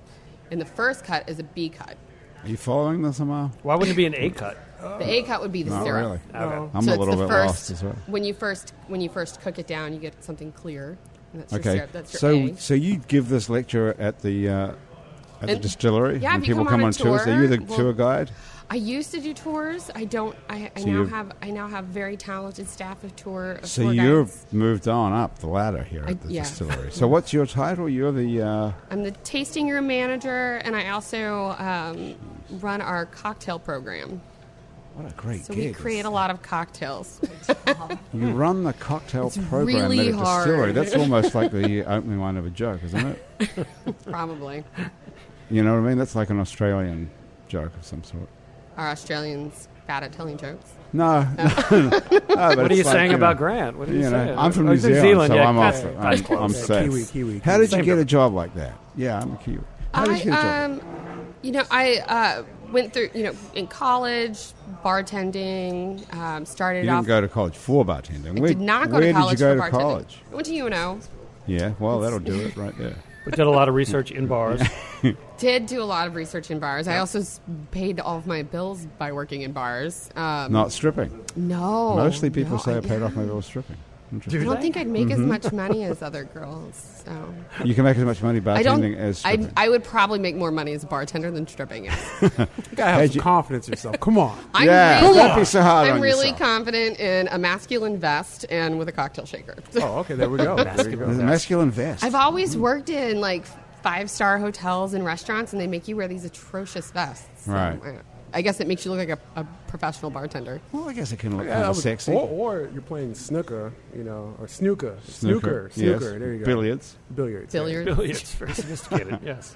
And the first cut is a B cut.
Are you following this, Amar?
Why wouldn't it be an A cut?
The A cut would be the
Not
syrup. Oh.
really.
Okay.
I'm
so
a little
it's the
bit
first,
lost as well.
When you first when you first cook it down, you get something clear. And that's Your
Okay,
syrup. That's your
so
A.
so you give this lecture at the uh, at the
And-
distillery
yeah,
when
if you
people
come on a
tours. Are you the
tour, we'll-
tour guide?
I used to do tours. I don't. I, I
So
now
you've-
have I now have very talented staff of tour. Of
So
tour
you've
guides.
moved on up the ladder here
I-
at the
yeah.
distillery. So what's your title? You're the uh,
I'm the tasting room manager, and I also um, run our cocktail program.
what a great
So
gig!
we create a lot of cocktails.
You run the cocktail
It's
program
really
at a distillery.
hard.
That's almost like the opening line of a joke, isn't it?
Probably
You know what I mean? That's like an Australian joke of some sort.
our Australians bad at telling jokes.
No.
Oh.
no, but
What are
it's
you
like,
saying
know,
about Grant? What are you,
you know,
saying?
I'm from
Oh,
New
he's in
Zealand, so
yeah,
I'm
that's-
off. it.
that's
I'm,
close.
I'm
Yeah,
safe.
Kiwi, Kiwi.
How did you
Same
get a
difference.
job like that? Yeah, I'm a Kiwi. How did you get a
I,
job?
um, you know, I uh, went through, you know, in college, bartending, um, started
You
off.
didn't go to college for bartending.
I
Where,
did not go
where
to college
did you go
for
to
bartending.
college?
I went to UNO.
Yeah, well, that'll do it right there.
We did a lot of research in bars.
Did do a lot of research in bars. I also s- paid all of my bills by working in bars. Um,
Not stripping.
no.
Mostly people
no,
say I paid
yeah.
off my Mm-hmm. bill stripping.
I
Interesting.
don't think I'd make as much money as other girls. So
You can make as much money
I don't.
bartending as
I,
stripping.
I would probably make more money as a bartender than stripping. Is.
You gotta have
Hey,
some
you-
confidence in yourself. Come on.
I'm
yeah,
really,
don't be so hard
I'm
on
really
yourself.
confident in a masculine vest and with a cocktail shaker.
Oh, okay. There we go. There you go.
There's a masculine vest.
I've always worked in like five star hotels and restaurants, and they make you wear these atrocious vests. So,
Right.
uh, I guess it makes you look like a, a professional bartender.
well, I guess it can look
Yeah,
kind
that
of
was-
sexy.
Or, or you're playing snooker, you know, or snooker, snooker, snooker.
yes.
There you go.
Billiards.
Billiards. yeah.
Billiards.
Billiards, very sophisticated. Yes.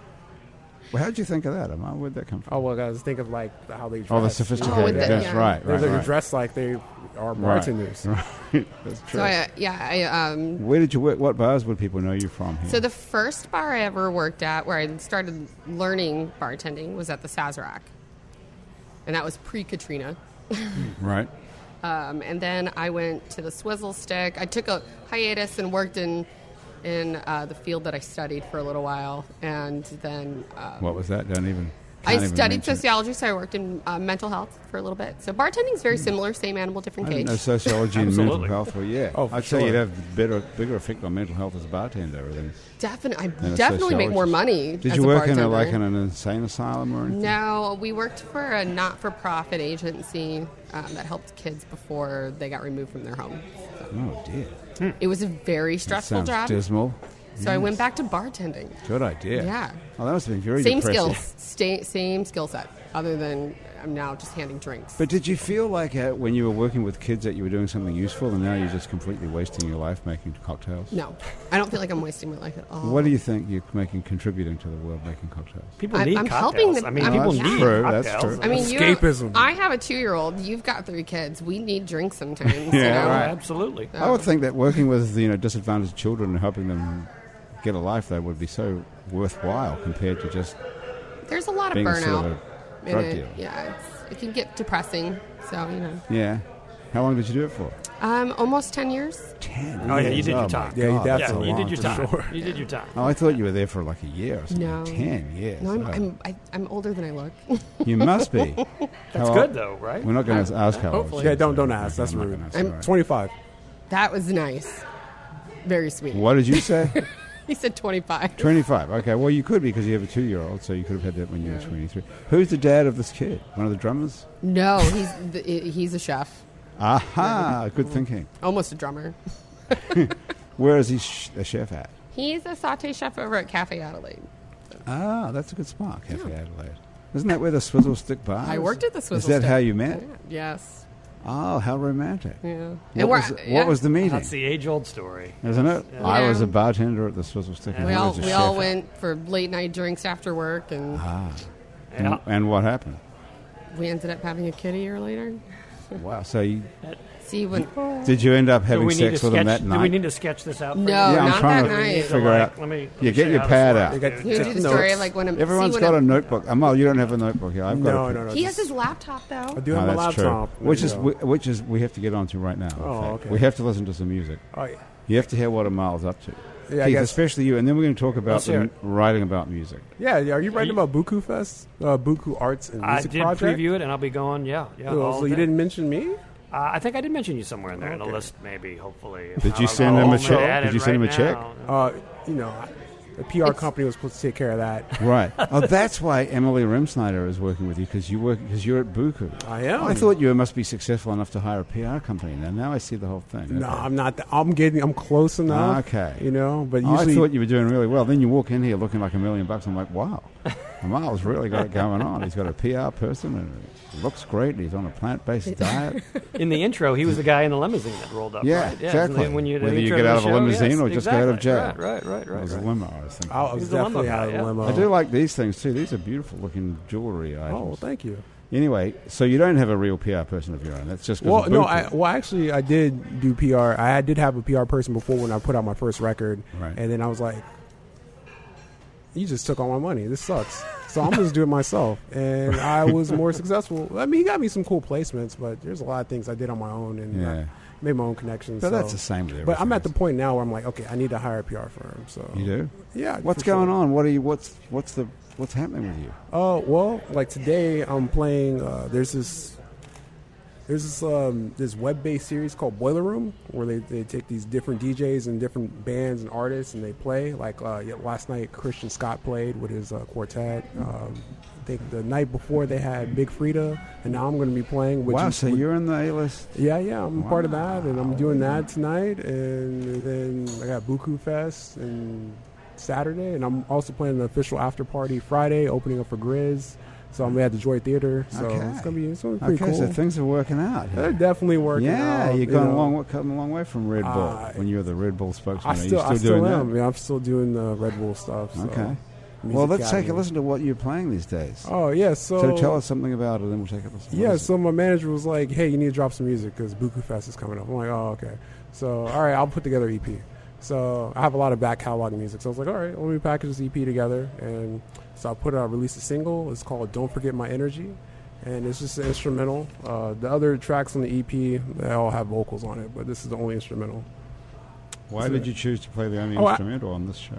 Well, how did you think of that, Amar? Where'd that come from?
Oh well, guys, think of like the- how they dress.
Oh, the
Oh,
sophisticated.
with the-
That's
yeah.
right.
They're
Right.
like
right.
dressed like they are bartenders.
Right. right. That's true.
So I, yeah, I um,
Where did you work? What bars would people know you from? Here?
So the first bar I ever worked at, where I started learning bartending, was at the Sazerac, and that was pre-Katrina.
right.
Um, and then I went to the Swizzle Stick. I took a hiatus and worked in in uh, the field that I studied for a little while, and then um,
What was that? Don't even.
I
can't even
studied
mention it.
sociology, so I worked in uh, mental health for a little bit. So bartending is very similar, same animal,
Hmm. I
different
didn't
cage.
know sociology and mental
Absolutely.
health were, yeah.
Oh, for
I'd say
sure.
you'd have better, bigger effect on mental health as a bartender than,
Defin- I
than a
definitely make more
sociologist.
money.
Did
as
you
a
work in a,
bartender.
like in an insane asylum or anything?
No, we worked for a not for profit agency um, that helped kids before they got removed from their home.
Oh, dear.
It was a very
That
stressful
sounds
job.
dismal. Mm.
So I went back to bartending.
Good idea.
Yeah.
Oh, that must have been very
same
depressing.
skills, sta same skill set, other than I'm now just handing drinks.
But did you feel like uh, when you were working with kids that you were doing something useful and now you're just completely wasting your life making cocktails?
no, I don't feel like I'm wasting my life at all.
What do you think you're making, contributing to the world making cocktails?
People
I'm-
need
I'm
cocktails.
helping them-
I mean,
I'm-
people
That's
need
true,
cocktails.
that's true.
I mean, you don't-
Escapism.
I have a two-year-old. You've got three kids. We need drinks sometimes. you
Yeah,
know?
Oh,
right.
absolutely.
I
Um,
would think that working with you know disadvantaged children and helping them get a life though would be so worthwhile compared to just
There's a lot of
being a
burnout.
sort of a
in
uh, drug
it.
dealer.
Yeah, it's, it can get depressing. So you know,
Yeah. How long did you do it for?
um, almost ten years.
Ten.
Oh, yeah, you did your
my
time.
Yeah, you
God, that's
Yeah,
a
definitely
you
lot.
did your
for
time.
sure.
You did your time.
Oh, I thought you were there for like a year or something.
No.
Ten years.
No, I'm,
Oh.
I'm, I, I'm older than I look.
You must be.
That's good, though, right?
We're not going to ask how old.
Hopefully.
she
Yeah,
is,
don't
so
don't
I'm
ask. That's
not
rude.
gonna ask
I'm
her, right?
25.
that was nice. Very sweet.
What did you say?
He said 25.
25. Okay, well, you could because you have a two year old, so you could have had that when you were 23. Who's the dad of this kid? One of the drummers?
No, he's the, he's a chef,
Aha, good thinking.
almost a drummer.
Where is he sh- a chef at?
He's a saute chef over at Cafe Adelaide.
Ah, that's a good spot, Cafe Adelaide. Isn't that where the Swizzle Stick Bar
I
is?
worked at the Swizzle
Is that
Stick.
how you met?
Yeah, Yes.
Oh, how romantic.
Yeah.
What, was, what
yeah.
was the meeting?
That's the age-old story.
Isn't it? I
Yeah.
was a bartender at the Swizzle Stick. and
We
I
all
was a
we all
chef. Ah.
went for late night drinks after work, and
And,
Yeah.
and what happened?
we ended up having a kid a year later.
Wow. So you,
See when?
did you end up having
do we need to
sex with him
sketch?
that
Do
night?
we need to sketch this out? For
No,
you?
yeah, I'm
not
trying
that
to
night.
figure
Like,
out.
let me- let
you
me
get
show
your
you how this
pad
works.
out.
They got-
Can you do the
No,
story
it's-
of like when a,
Everyone's
see when
got
a-
a notebook. Amal, you don't have a notebook here. I've got.
No,
a,
no, no.
He
just-
has his laptop though.
I do
No,
have my
that's
laptop.
true. Which
There
is
you
whi- which is we have to get onto right now. in
Oh,
fact.
okay.
We have to listen to some music.
go. Oh, yeah.
You have to hear what Amal's up to.
Yeah, I
Keith,
guess-
especially you. And then we're going to talk about
Let's
the
hear
m- writing about music.
yeah, yeah, Are you writing
you-
about Buku Fest? Uh, Buku Arts and
I
Music
did
Project.
preview it, and I'll be going. Yeah, yeah.
Oh,
all
so you
day.
didn't mention me?
Uh, I think I did mention you somewhere in there in
Okay.
a list, maybe. Hopefully. If
Did
not,
you
I'll-
send
I'll
him a
look
check?
at
Did
it
you send
right
him a check?
now.
Uh, you know, the PR company was supposed to take care of that.
Right. oh, that's why Emily Remsnyder is working with you because you work because you're at Buku.
I am.
I thought you must be successful enough to hire a PR company. Now, now I see the whole thing.
No,
Okay.
I'm not. th- I'm getting. I'm close enough.
Okay.
You know, but
Oh, I
usually
thought you were doing really well. Then you walk in here looking like a million bucks. I'm like, wow. Amal's really got it going on. He's got a PR person and it looks great. He's on a plant based diet.
In the intro, he was the guy in the limousine that rolled up.
Yeah,
right? isn't
exactly.
it When you, the
Whether you
intro
get
to
out
the
of a
show?
limousine
Yes,
or just get out of
exactly.
jail.
Right, right,
It
right,
was a
right.
limo, I was thinking.
I Oh, was
He's the limo
definitely
guy,
out of
yeah.
the limo.
I do like these things too. These are beautiful looking jewelry items.
Oh, well, thank you.
Anyway, so you don't have a real PR person of your own. That's just 'cause
Well,
of
no,
Bupa.
I, well, actually, I did do PR. I did have a PR person before when I put out my first record,
Right.
and then I was like, "You just took all my money. This sucks." so I'm just doing it myself, and I was more successful. I mean, he got me some cool placements, but there's a lot of things I did on my own and uh,
Yeah.
made my own connections.
But
so-
that's the same with
But I'm
everything
at the
else.
point now where I'm like, okay, I need to hire a PR firm. So
You do?
Yeah.
What's
for sure.
going on? What are you? What's what's the what's happening with you?
Uh, well, like today I'm playing. Uh, there's this. There's this um, this web-based series called Boiler Room where they, they take these different DJs and different bands and artists and they play. Like uh, yeah, last night, Christian Scott played with his uh, quartet. Um, I think the night before they had Big Frida, and now I'm going to be playing. Which
wow,
is,
so
which-
you're in the A-list.
yeah, yeah, I'm part of
Wow.
that, and I'm doing that tonight, and then I got Buku Fest and Saturday, and I'm also playing the official after party Friday, opening up for Grizz. So I'm at the Joy Theater, so
Okay.
it's gonna be it's gonna be
Okay,
pretty cool.
so things are working out. here.
They're definitely working.
yeah,
out,
you've
you
gone a
know.
long, wa- come a long way from Red Bull
Uh,
when you were the Red Bull spokesman.
I
are you
still,
still, doing
I still
that?
am. Yeah, I'm still doing the Red Bull stuff. So.
Okay.
Music
well, let's take a
Academy.
listen to what you're playing these days.
Oh yeah, so
so tell us something about it, and then we'll take a listen. What
Yeah,
is it?
so my manager was like, "Hey, you need to drop some music because Buku Fest is coming up." I'm like, "Oh, okay." So, all right, I'll put together an EP. So I have a lot of back catalog music. So I was like, "All right, let me package this EP together." And so I put out, released a single. It's called "Don't Forget My Energy," and it's just an instrumental. Uh, the other tracks on the EP they all have vocals on it, but this is the only instrumental.
why did you choose to play the only
Oh, I-
instrumental on this show?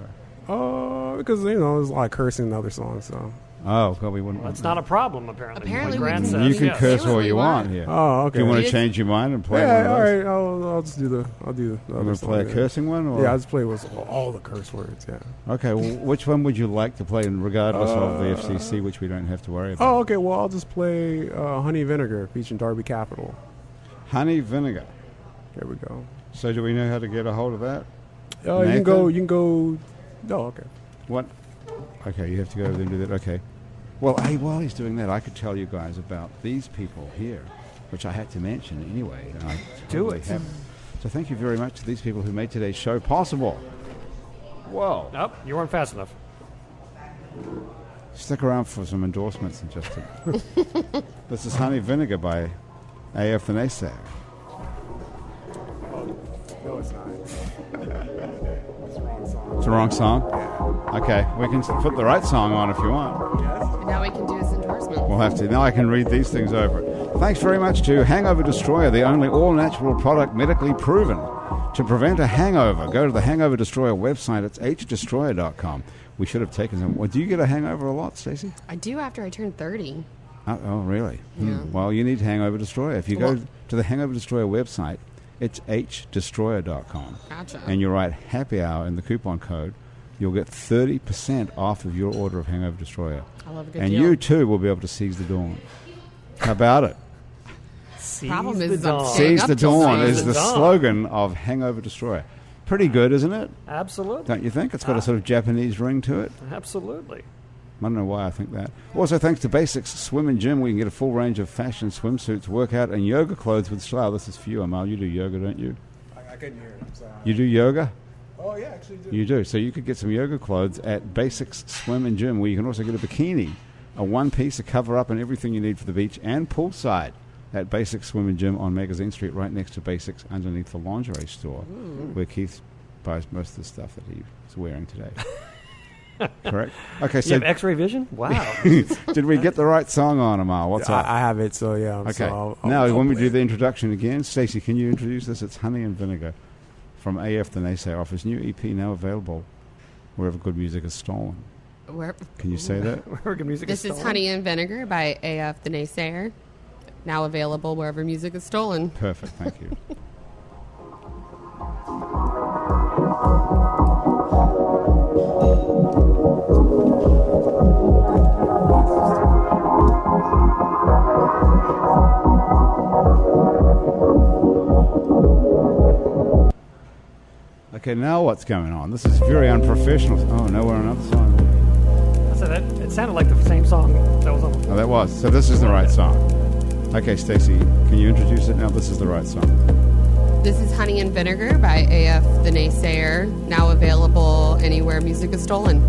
Uh, because you know there's a lot of cursing in the other songs. So,
Oh, God, we wouldn't.
That's not a problem, apparently.
Apparently
My
we
grand
can-
says,
You can
yes.
curse
Do what
all
we
you want
want.
here.
oh, okay.
Do you want
You
to
just-
change your mind and play?
yeah, all
one of those?
right. I'll, I'll just do the. I'll do the.
I'm
other
going to
song
play a
then.
cursing one. Or?
Yeah, I just play with all the curse words. Yeah.
Okay, well, which one would you like to play, in regardless of
Uh,
the FCC, which we don't have to worry about?
Oh, okay. Well, I'll just play uh, Honey Vinegar featuring Darby Capital. oh.
Honey vinegar.
There we go.
So, do we know how to get a hold of that?
Uh, you can go.
Nathan?
You can go. No, okay.
What? Okay, you have to go over there and do that. Okay. Well, hey, while he's doing that, I could tell you guys about these people here, which I had to mention anyway. And I
Do
totally
it.
haven't. So, thank you very much to these people who made today's show possible. Whoa.
Nope, you weren't fast enough.
Stick around for some endorsements in just a This is Honey Vinegar by AF the Naysayer.
No, it's not. it's the wrong song.
It's the wrong song? Okay, we can s- put the right song on if you want.
And now we can do his endorsement.
We'll have to. Now I can read these things over. Thanks very much to Hangover Destroyer, the only all natural product medically proven to prevent a hangover. Go to the Hangover Destroyer website, it's hdestroyer.com. We should have taken some. Well, do you get a hangover a lot, Stacey?
I do after I turn 30.
Oh, oh really? Hmm.
Yeah.
Well, you need Hangover Destroyer. If you go
Well-
to the Hangover Destroyer website, it's hdestroyer.com.
Gotcha.
And you write happy hour in the coupon code, you'll get 30% off of your order of Hangover Destroyer.
I love a good
And
deal.
you too will be able to seize the dawn. How about it?
Seize
Problem
the
is I'm
dawn.
staying
Seize
up
the
till
dawn
six.
is the
Seize the dawn.
slogan of Hangover Destroyer. Pretty good, isn't it?
Absolutely.
Don't you think?
Uh,
It's got a sort of Japanese ring to it.
Absolutely.
I don't know why I think that. Also, thanks to Basics Swim and Gym, we can get a full range of fashion swimsuits, workout, and yoga clothes with style. This is for you, Amal. You do yoga, don't you?
I, I couldn't hear it. I'm sorry.
You do yoga?
oh yeah, actually do.
You do. So you could get some yoga clothes at Basics Swim and Gym, where you can also get a bikini, a one piece, a cover up, and everything you need for the beach and poolside at Basics Swim and Gym on Magazine Street, right next to Basics, underneath the lingerie store, where Keith buys most of the stuff that he is wearing today. Correct. Okay,
You
so
have X-ray vision? Wow.
did we get the right song on, Amal? What's up?
I, I have it. So yeah.
Okay.
So I'll, I'll,
now,
I'll
when we
play
do
it.
the introduction again, Stacey, can you introduce this? It's Honey and Vinegar from AF The Naysayer Office. New EP now available wherever good music is stolen.
Where-
Can you say that?
American music
This is
stolen.
Honey and Vinegar by AF the Naysayer. Now available wherever music is stolen.
Perfect. Thank you. Okay, now what's going on? This is very unprofessional. Oh, no, we're on another song.
I said that it sounded like the same song that was on.
Oh, that was. So this is the right song. Okay, Stacey, can you introduce it now? This is the right song.
This is Honey and Vinegar by AF the Naysayer, now available anywhere music is stolen.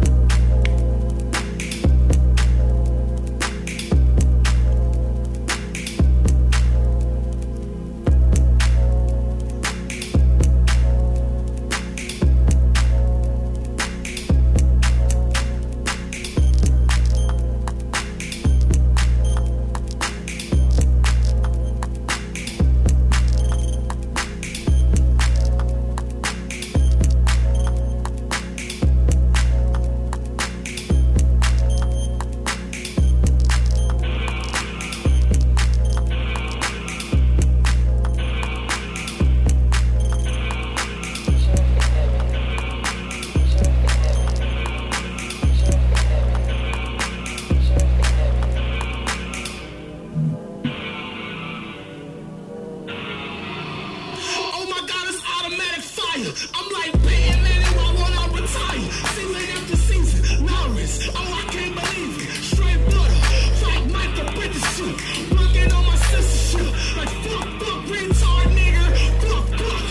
Oh my god, it's automatic fire. I'm like Batman if I want I retire. Season after season, Lawrence. Oh, I can't believe it. Straight butter, like Michael Bridges shoot. Working on my sistership. Like fuck, fuck, retard nigga. Fuck, fuck.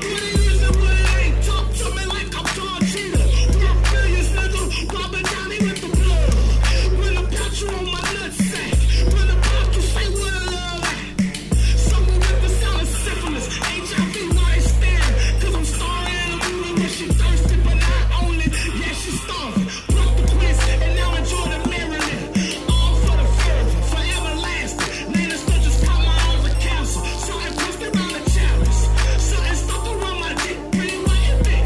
What it is and what it ain't. Talk to me like I'm Don Cheetah. Rock billions, nigga. Robert Downey with the blood. When I pat you on my nutsack. When I pop you, say what I love at. Someone with the sound of syphilis, HIV, why they staring? Cause I'm starving in the room, yeah, she thirsty, but not only, yeah, she starving. Broke the quiz, and now enjoy the Maryland. All for the fervor, forever lasting. Later, still just caught my arms a castle. Something twisted around the chalice. Something stuck around my dick, pretty white and thick.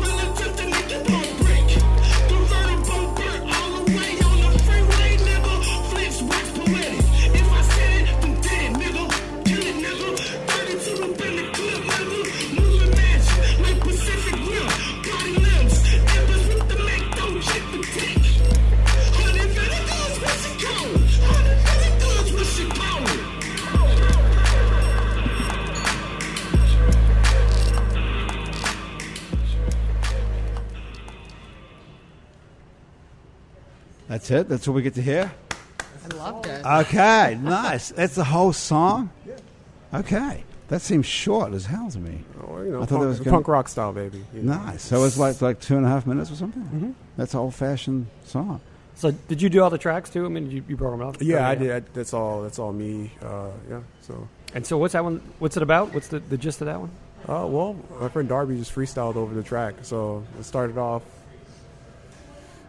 Relative to nigga, don't brick. Convertible dirt all the way on the freeway, nigga. Flex, wax, poetic. If I said it, then did it, nigga. Kill it, nigga. 32 up in the clip, nigga. Moving mansion, like Pacific Rim. Body limbs, embers with the Mac, don't check the tick. Hundred fifty guns, what's it called? Hundred fifty guns, what's it called?
That's it. That's all we get to hear.
I loved it.
Okay, nice. That's the whole song. Okay, that seems short as hell to me.
Or, Oh, you know,
I thought
punk,
that was gonna-
punk rock style, baby. You know.
Nice. So it's like like two and a half minutes or something. Mm-hmm. That's an old fashioned song.
So did you do all the tracks too? I mean, you, you brought them out.
Yeah, I did. I, that's all. That's all me. Uh, yeah. So,
And so what's that one? What's it about? What's the, the gist of that one?
uh, well, my friend Darby just freestyled over the track. So it started off.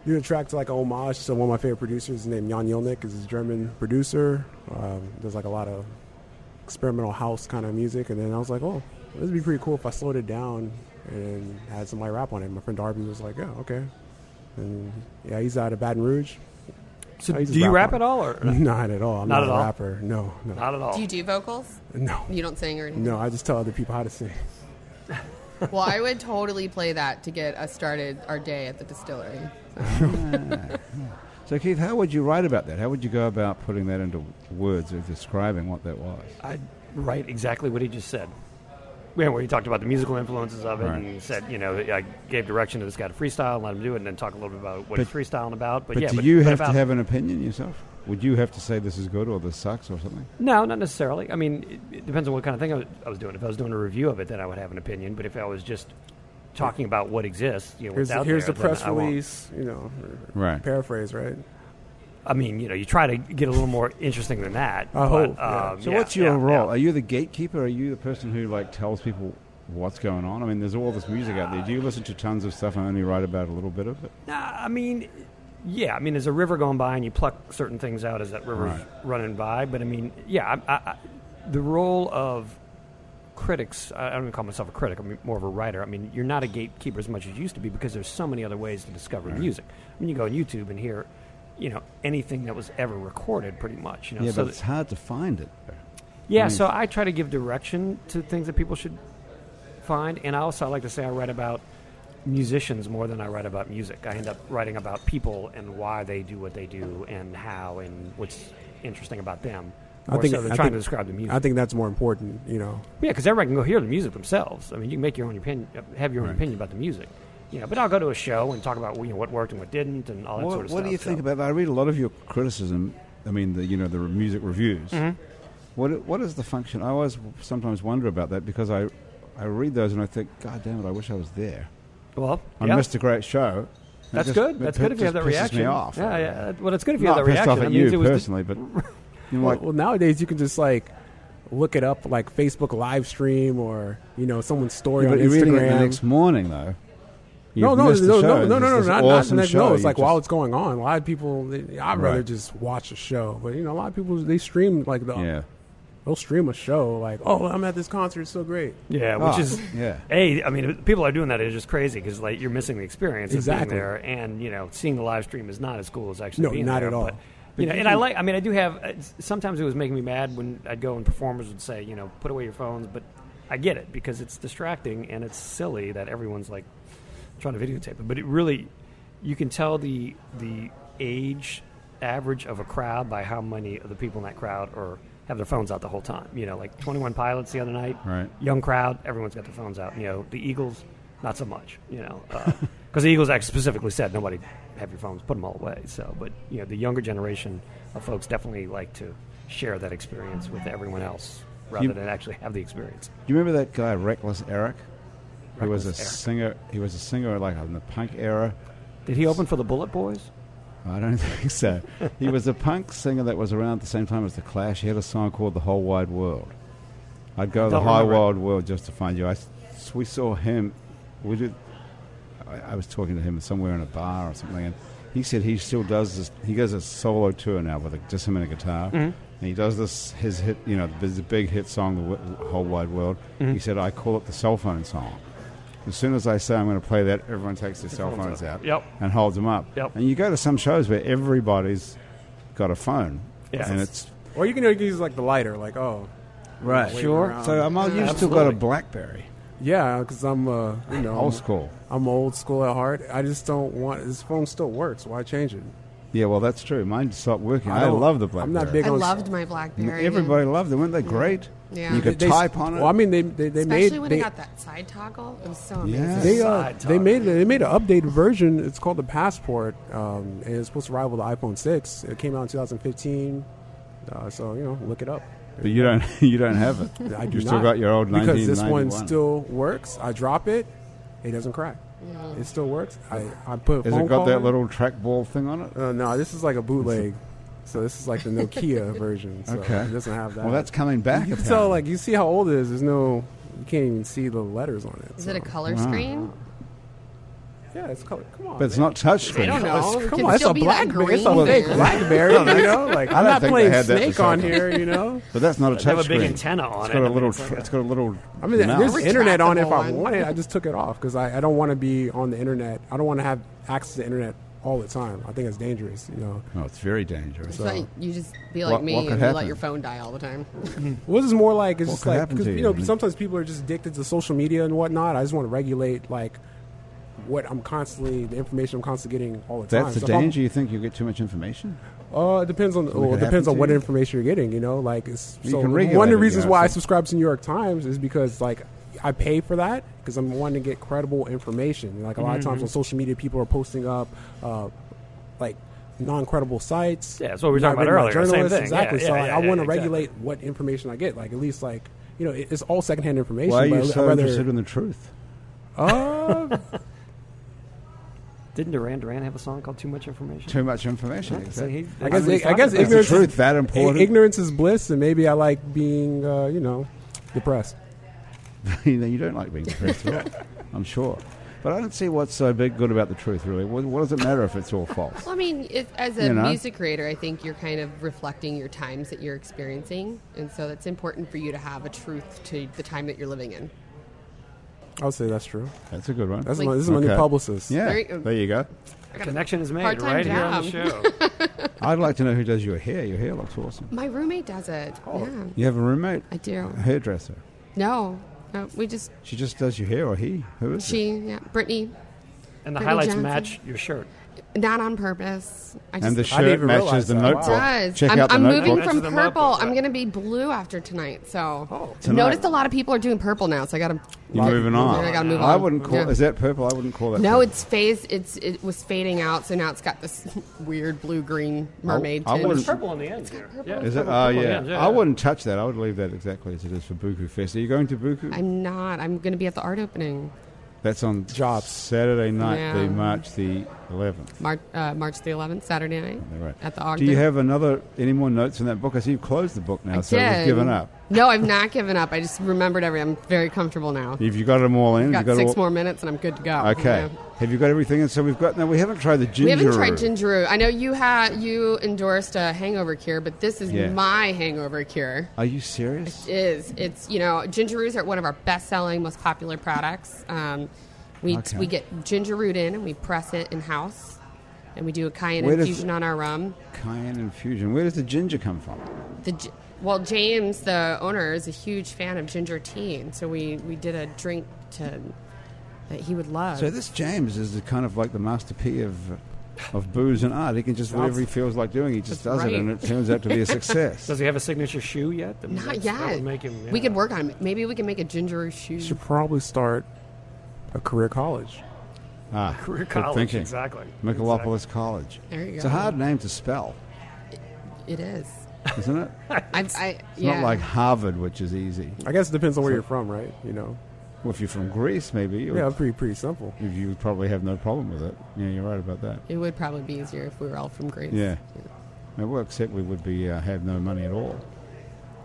You know, track to like a homage to one of my favorite producers named Jan Jelnik. is a German producer. Um, there's like a lot of experimental house kind of music, and then I was like, oh, this would be pretty cool if I slowed it down and had somebody rap on it. My friend Darby was like, yeah, okay. And yeah, he's out of Baton Rouge.
So
I used
do you rap
rap
at all, or
Not at all. I'm
Not
not,
at
a
all?
rapper. No, no,
not at all?
Do you do vocals?
no,
You don't sing or anything?
no. I just tell other people how to sing.
Well, I would totally play that to get us started our day at the distillery.
So Keith, how would you write about that? How would you go about putting that into words or describing what that was?
I write exactly what he just said. Yeah, where he talked about the musical influences of it
Right.
and said, you know, I gave direction to this guy to freestyle and let him do it, and then talk a little bit about
But-
what he's freestyling about. But,
But
yeah,
do you
but
have
about-
to have an opinion yourself? Would you have to say this is good or this sucks or something?
No, not necessarily. I mean, it, it depends on what kind of thing I was, I was doing. If I was doing a review of it, then I would have an opinion. But if I was just talking about what exists, you know,
Here's,
what's out
here's
there,
the
then
press
I won't.
release. You know, or
Right.
Paraphrase, right?
I mean, you know, you try to get a little more interesting than that.
I
but,
hope, yeah.
um,
So
yeah,
what's your
yeah,
role?
yeah.
Are you the gatekeeper? Are you the person who like tells people what's going on? I mean, there's all this music out there. Do you listen to tons of stuff and only write about a little bit of it?
Nah, I mean, yeah. I mean, there's a river going by, and you pluck certain things out as that river's
Right.
running by. But I mean, yeah, I, I, I, the role of critics. I I don't even call myself a critic. I'm more of a writer. I mean, you're not a gatekeeper as much as you used to be because there's so many other ways to discover music. I mean, you go on YouTube and hear, you know, anything that was ever recorded, pretty much. You know,
Yeah,
so
but it's hard to find it.
yeah,
Hmm.
so I try to give direction to things that people should find, and I also like to say I write about musicians more than I write about music. I end up writing about people and why they do what they do, and how, and what's interesting about them. More
I think
so than
I
trying
think-
to describe the music.
I think that's more important. You know,
yeah, because everyone can go hear the music themselves. I mean, you can make your own opinion, have your own opinion about the music. You know, but I'll go to a show and talk about you know, what worked and what didn't and all that
What,
sort of
what
stuff.
do you think
so.
about that? I read a lot of your criticism. I mean, the you know the music reviews. What what is the function? I always sometimes wonder about that because I I read those and I think, God damn it, I wish I was there.
Well,
I
yeah.
missed a great show. It
That's
just-
good.
it
That's
pi-
good if you have
just
that
pisses
reaction.
Me off.
Yeah, yeah. Well, it's good if you
Not
have that
pissed
reaction.
off at
that means it
you
was just-
personally, but you know, like
well, nowadays you can just like look it up, like Facebook live stream or you know someone's story
Yeah,
on
but you're reading it the
Instagram.
next morning, though.
no,
You've
no,
missed the
no,
show.
no, no, no,
It's
no,
this
not,
awesome
not,
show.
no. It's
You
like
just-
while it's going on, a lot of people. they- I'd rather
Right.
just watch a show, but you know, a lot of people they stream like the,
yeah,
they'll stream a show like, oh, I'm at this concert, it's so great.
Yeah, which
Ah,
is
yeah.
A, I mean, people are doing that is just crazy because like you're missing the experience of
Exactly.
being there, and you know, seeing the live stream is not as cool as actually
No,
being
not
there,
at all.
But, you know, and I like. I mean, I do have. uh, s- Sometimes it was making me mad when I'd go and performers would say, you know, put away your phones. But I get it because it's distracting and it's silly that everyone's like trying to videotape it. But it really, you can tell the the age average of a crowd by how many of the people in that crowd are have their phones out the whole time. You know, like Twenty One Pilots the other night,
Right.
Young crowd, everyone's got their phones out. You know, the Eagles, not so much. You know, because the Eagles actually specifically said nobody have your phones, put them all away. So, but you know, the younger generation of folks definitely like to share that experience with everyone else rather
You-
than actually have the experience.
Do you remember that guy Reckless Eric? He was a
Reckless Eric.
singer. He was a singer like in the punk era.
Did he open for the Bullet Boys?
I don't think so. he was a punk singer that was around at the same time as the Clash. He had a song called "The Whole Wide World." I'd go to the
don't
High
remember it.
Wild World just to find you. I s we saw him. We did. I, I was talking to him somewhere in a bar or something, and he said he still does this. He goes a solo tour now with a, just him and a
Mm-hmm.
guitar, and he does this his hit. You know, his big hit song, "The Wo- Whole Wide World."
Mm-hmm.
He said, "I call it the cell phone song." As soon as I say I'm going to play that, everyone takes their cell
phones
phones
out.
out
Yep.
and holds them up.
Yep.
And you go to some shows where everybody's got a phone,
Yeah.
and it's
Or you can, you can use like the lighter, like oh,
right.
Sure. around.
So I'm all, you've still got a BlackBerry,
yeah, because I'm uh, you know,
old school.
I'm old school at heart. I just don't want this phone still works. Why change it?
Yeah, well, that's true. Mine stopped working. I,
don't-
love the BlackBerry.
I'm not big
I
on
loved my BlackBerry.
Everybody loved them. Weren't they great?
Yeah.
You could
They-
type on it.
Well, I mean, they they, they
especially
made
when
they,
I got that side toggle. It was so
Yeah.
amazing.
They uh,
Side
they
talk.
made they made an updated version. It's called the Passport, um, and it's supposed to rival the iPhone six. It came out in 2015, uh, so you know, look it up.
but you don't. You don't have it.
I do
you still
not,
got your old
because this one
1991.
still works. I drop it, it doesn't crack.
Mm.
It still works. I I put. A
Has
phone
it got
call
that
in.
little trackball thing on it?
Uh, no, this is like a bootleg. so this is like the Nokia version. So
Okay.
It doesn't have that.
Well, that's coming back.
You can
apparently.
tell, like, you see how old it is. There's no, you can't even see the letters on it.
Is
so-
it a color screen?
Yeah, it's color. Come on.
but it's
man.
not touch
I
screen.
don't know. It
Come
could
on, it's
still
a
be that
blackberry. It's a
green
fake
there.
blackberry. you know, like
don't
I'm not
think they
playing
had that for
snake
cell
on
phones.
here. You know,
But that's not a touch
They have a big
screen.
antenna on
It's
it.
got a
I mean,
little.
it's like
tr-
a-
It's got a little.
I mean, there's
Retractable
internet on it if I
one.
wanted. I just took it off because I, I don't want to be on the internet. I don't want to have access to the internet all the time. I think it's dangerous. You know,
Oh, it's very dangerous.
So
So-
you just be like
What-
me
what could
and you
happen?
let your phone die all the time.
Well, this is more like it's
What
just
could
like
happen
'cause,
to
you
you,
know
man?
sometimes people are just addicted to social media and whatnot. I just want to regulate like what I'm constantly the information I'm constantly getting all the time.
That's the
So if I'm-
danger. You think you get too much information?
Uh, it depends on well,
could
it depends
happen
on
to
what
you.
information you're getting. You know, like it's,
You
so
can
one
regulate
of the
it, you
reasons
know,
why I
so-
subscribe to New York Times is because like I pay for that because I'm wanting to get credible information. Like a lot of
Mm-hmm.
times on social media, people are posting up uh, like non-credible sites.
Yeah, that's what we were
not
talking about
written by
earlier. Same
journalists.
thing.
Exactly.
Yeah,
so
yeah,
I,
yeah,
I
yeah,
want to
exactly.
regulate what information I get. Like at least like you know it, it's all secondhand information.
Why are
but
you
I-
so
I rather,
interested in the truth?
uh,
Didn't Duran Duran have a song called "Too Much Information"?
Too much information.
So he-
I guess
mean, he's
I
talking
guess
about-
Is the
ignorance
truth
is,
that
i-
important?
ignorance is bliss, and maybe I like being uh, you know depressed.
you know, you don't like being depressed, at all, I'm sure. But I don't see what's so big good about the truth, really. What, what does it matter if it's all false?
Well, I mean, if, as a
You know?
music creator, I think you're kind of reflecting your times that you're experiencing, and so that's important for you to have a truth to the time that you're living in.
I'll say that's true.
That's a good one.
That's
Like-
my, this is my new
Okay.
publicist.
yeah,
Very- uh,
there you go.
Connection is made
Part-time
right here on the
job.
show.
I'd like to know who does your hair. Your hair looks awesome.
My roommate does it. Yeah,
You have a roommate?
I do.
A hairdresser.
No, no, we just
She just does your hair, or he? Who is it?
she, yeah, Brittany.
And the
Brittany
highlights
Johnson.
match your shirt.
Not on purpose. I just,
And the
I didn't
shirt
even
matches
realize
the
that.
notebook.
Wow.
does.
Check
I'm,
out the
I'm
notebook.
moving
That's
from
the notebook,
purple. I'm
yeah.
going to be blue after tonight. So
Oh.
Tonight.
noticed a lot of people are doing purple now. So I got to.
You're moving on.
I gotta move
I
on.
wouldn't call.
Yeah.
Is that purple? I wouldn't call that.
No,
purple.
it's phase. It's it was fading out, so now it's got this weird blue green mermaid.
I
tint.
wouldn't-
It's purple on the end here. Yeah,
Is
it's
it?
purple
Oh
on the
yeah.
end, yeah,
I
yeah.
wouldn't touch that. I would leave that exactly as it is for Buku Fest. Are you going to Buku?
I'm not. I'm going to be at the art opening,
That's on
Jobs.
Saturday night,
Yeah.
the March the 11th.
March uh, March the 11th, Saturday night,
All right.
at the art.
Do you have another any more notes in that book? I see you've closed the book now,
I
so
did.
you've given up.
No, I've not given up. I just remembered every. I'm very comfortable now.
Have you got them all in?
I've
Have
got
you
six
all-
more minutes, and I'm good to go.
Okay.
Yeah.
Have you got everything? And so we've got. Now we haven't tried the ginger.
We haven't tried ginger. I know you had you endorsed a hangover cure, but this is
Yeah.
my hangover cure.
Are you serious?
is it's you know ginger roots are one of our best selling most popular products um, we
Okay.
we get ginger root in and we press it in house and we do a cayenne
Where does-
infusion on our rum
Cayenne infusion. Where does the ginger come from?
the gi- well james the owner is a huge fan of ginger tea and so we we did a drink to that he would love
So this James is the kind of like the master P of of booze and art. He can just whatever he feels like doing, he just does
That's
it, and it
right.
turns out to be a success.
Does he have a signature shoe yet? I mean,
not
that's-
yet
That would make him,
we
yeah.
could work on it maybe we can make a ginger root shoe
You should probably start a career college.
ah,
Career
good
college,
thinking.
exactly.
Michelopolis College.
There you
It's a
go.
hard name to spell,
it is
isn't it? It's
I've, I yeah
not like Harvard, which is easy.
I guess it depends on where you're from, right? You know,
Well, if you're from Greece, maybe you
yeah,
would-
pretty pretty simple.
you you would probably have no problem with it. Yeah, you're right about that.
it would probably be easier if we were all from Greece
Yeah. Now, well, except we would be uh, have no money at all.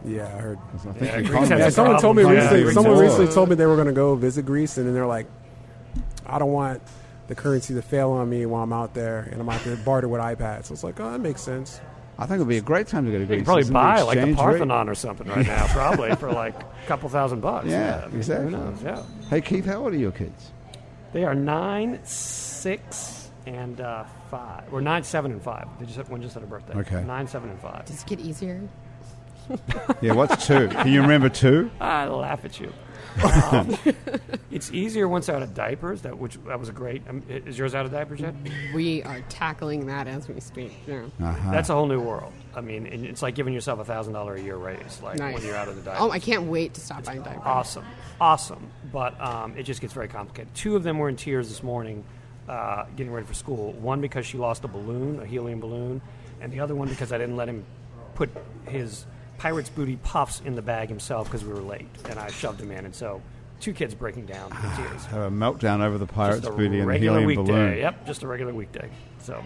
Yeah, I heard.
'Cause I think
Yeah,
the
Greece
economy-
has
Yeah,
That's a
someone told me
problem. Yeah,
recently.
Greece
someone
is-
recently told me they were going to go visit Greece, and then they're like, "I don't want the currency to fail on me while I'm out there, and I'm out there barter with iPads." So it's like, oh, that makes sense.
I think it would be a great time to go to
You
Greece.
could probably
Isn't the
buy like a
exchange rate-
Parthenon or something right now, probably for like a couple thousand bucks.
Yeah,
I mean,
exactly.
Who knows? Yeah,
Hey, Keith, how old are your kids?
they are nine, six, and uh, five. Or nine, seven, and five. They just had, one just had a birthday.
Okay.
nine, seven, and five.
does it get easier
Yeah, what's two? Can you remember two?
I laugh at you. Um, it's easier once out of diapers. That which that was a great. Um, i- is yours out of diapers yet?
we are tackling that as we speak yeah.
Uh.
That's a whole new world. I mean, and it's like giving yourself a thousand dollar a year raise, like
Nice.
when you're out of the diapers.
Oh, I can't wait to stop buying diapers.
awesome, awesome. But um, it just gets very complicated. Two of them were in tears this morning, uh, getting ready for school. One because she lost a balloon, a helium balloon, and the other one because I didn't let him put his pirate's booty puffs in the bag himself because we were late, and I shoved him in, and so two kids breaking down in tears.
Have a meltdown over the Ah, pirate's
Just a
booty and the
regular
helium
weekday.
balloon.
Yep, just a regular weekday. So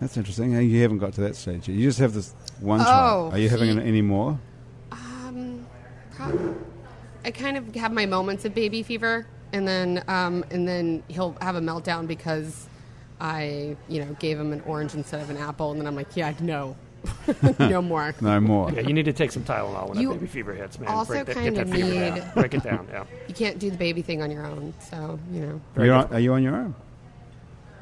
That's interesting. Hey, You haven't got to that stage yet. You just have this one
Oh,
child. Are you having
he-
an, any more?
Prob- I kind of have my moments of baby fever, and then um, and then he'll have a meltdown because I, you know, gave him an orange instead of an apple, and then I'm like, yeah, no, no more.
No more.
yeah, you need to take some Tylenol when
You
that baby fever hits, man.
also
Break that, get
kind
that
of
fever
need-
down. Break it down. Yeah.
You can't do the baby thing on your own, so you know.
You're on, are you on your own?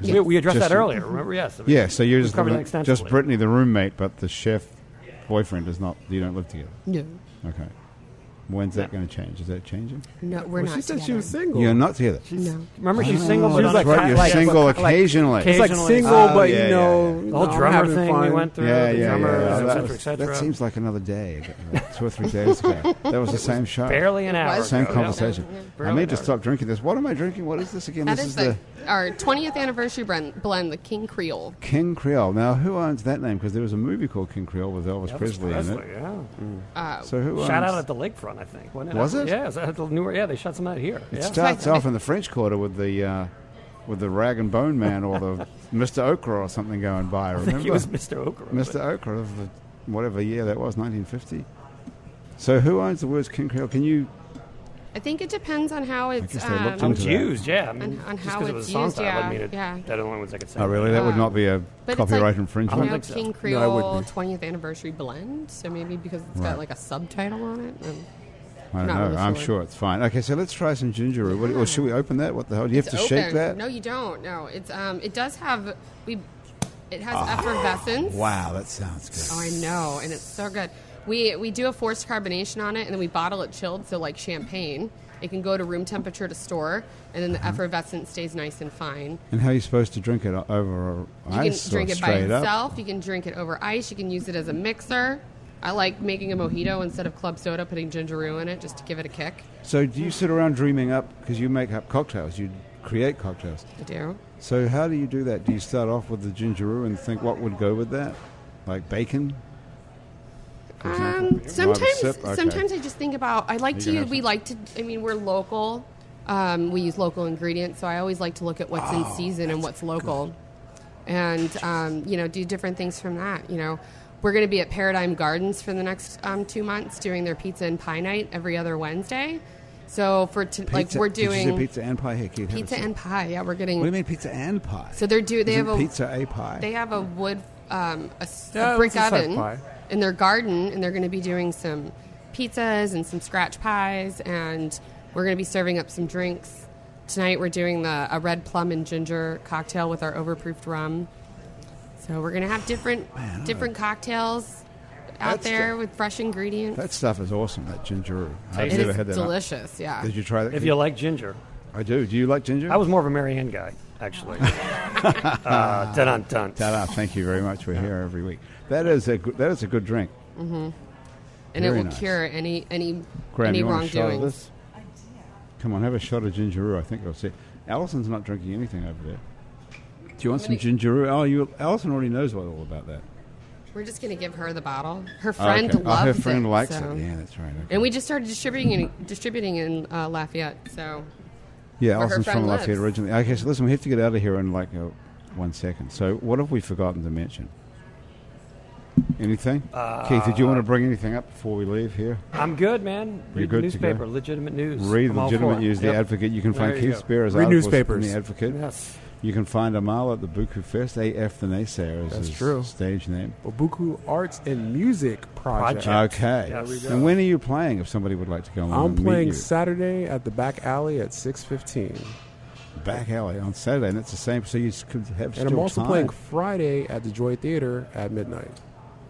We, we addressed
Just
that
you-
earlier. Remember? Yes. I mean,
Yeah, so you're
we've
just
covered that
living- just
extensively.
Brittany, the roommate, but the chef boyfriend is not. You don't live together.
No,
Okay. When's that
No.
going to change? Is that changing?
no, we're
Well,
not.
she said she
together.
was single.
You're not together.
No.
Remember, she's single,
Oh,
but
that's
on a
right.
ti-
You're
like-
single
like-
occasionally.
It's like
Occasionally.
single,
Oh,
but
yeah,
you
yeah,
know,
yeah.
the whole
no, I'm
drummer
having
thing
fun.
we went through,
Yeah,
the
yeah,
drummer,
yeah.
et
That,
cetera,
was-
et cetera.
that seems like another day, uh, two or three days ago. That was the same show.
barely an hour.
Same
ago, yeah.
conversation. I
Barely
may
an
just
hour.
stop drinking this. What am I drinking? What is this again?
That
this
is the, our 20th anniversary blend, blend, the King Creole.
King Creole. Now, who owns that name? Because there was a movie called King Creole with Elvis,
Elvis
Presley, in
Presley,
it.
yeah.
So who owns?
Shot out at the lakefront, I think. wasn't
Was it?
Yeah, was at the newer, yeah, they shot some out here.
it
yeah.
starts off in the French Quarter with the uh, with the rag and bone man or the Mr. Okra or something going by.
I
Remember?
think he was Mr. Okra. but-
Mr. Okra of the, whatever year that was, 1950. So who owns the words King Creole? Can you?
I think it depends on how it's.
guess they looked
um,
It
into
was
that.
used, yeah. I mean,
On- on
just
how
'cause it
it's
was a song
used,
title,
yeah,
doesn't mean, it,
yeah.
that only means I could say. Uh,
Oh, really? That would
Um,
not be a
But
copyright
it's like,
infringement.
You know,
think so.
King
No, it would
Creole
be.
20th anniversary blend. So maybe because it's
Right.
got like a subtitle on it. um, and-
I don't
Not
know.
really
I'm
sure.
sure it's fine. Okay, so let's try some ginger root. What do- Or should we open that? What the hell? Do you have
It's
to
open.
shake that?
No, you don't. No, it's um, it does have we, it has
Ah.
effervescence.
Wow, that sounds
Oh,
good.
I know, and it's so good. We we do a forced carbonation on it, and then we bottle it chilled, so like champagne. It can go to room temperature to store, and then
Mm-hmm.
the effervescent stays nice and fine.
And how are you supposed to drink it o- over
You
ice
can drink
or
it by
straight up?
itself. You can drink it over ice. You can use it as a mixer. I like making a mojito instead of club soda, putting ginger ale in it just to give it a kick.
So do you sit around dreaming up because you make up cocktails? You create cocktails.
I do.
So how do you do that? Do you start off with the gingeroo and think what would go with that, like bacon? for example?
Um,
You'll have a
sometimes,
sip? Okay.
sometimes I just think about. I like
You
to.
can
Use,
have
we
some.
like to. I mean, we're local. Um, we use local ingredients, so I always like to look at what's
Oh,
in season and what's local, and um, you know, do different things from that. You know, we're going to be at Paradigm Gardens for the next um, two months, doing their pizza and pie night every other Wednesday. So for t- like
Pizza-
we're
did you say
doing
pizza and pie. Here, can you have a
pizza
sip?
and pie. Yeah, we're getting.
What do you mean pizza and pie?
So they're do- they
Isn't
have a-
pizza a pie.
They have a wood, um, a, s- a
Yeah,
brick
it's a side
oven
pie.
in their garden, and they're going to be doing some pizzas and some scratch pies, and we're going to be serving up some drinks. Tonight we're doing the a red plum and ginger cocktail with our overproofed rum. So we're going to have different different cocktails out
That's
there
the-
with fresh ingredients.
that stuff is awesome. That gingeroo. I've
Tasty.
It
never
is
had that.
delicious. Yeah.
Did you try that?
If you like ginger,
I do. Do you like ginger?
I was more of a Marianne guy, actually. uh, dun dun dun.
Ta-da, thank you very much. We're here every week. That is a good, that is a good drink.
and it
very
will
nice.
cure any any
Graham,
any
you want a shot of
wrongdoing.
this? Come on, have a shot of ginger ale. I think I'll see. Alison's not drinking anything over there. Do you want some
gonna-
ginger ale? Oh, you, Alison already knows all about that.
We're just going to give her the bottle. Her
Oh,
friend
okay.
loves
oh, her friend
it,
likes
so-
it. Yeah, that's right. Okay.
And we just started distributing in, distributing in uh, Lafayette. So
yeah,
her
Alison's from
friend lives.
Lafayette originally. Okay, so listen, we have to get out of here in like uh one second. So, what have we forgotten to mention? Anything?
Uh,
Keith, did you want to bring anything up before we leave here?
I'm good, man.
You're good
Read
to
the newspaper,
go.
legitimate news.
Read
I'm all for
Legitimate
it.
News, The
Yep.
Advocate. You can find
There you
Keith
go.
Spear's
Read
articles in
newspapers.
The Advocate.
Yes.
You can find Amala at the Buku Fest. AF the Naysayer is
That's
his
true.
stage name.
Obuku Arts and Music Project.
Project.
Okay.
There we go.
And when are you playing if somebody would like to go along
I'm
and meet
playing
you?
Saturday at the back alley at 6:15,
Back Alley on Saturday, and it's the same, so you s- could have
and
still
I'm also
time.
playing Friday at the Joy Theater at midnight.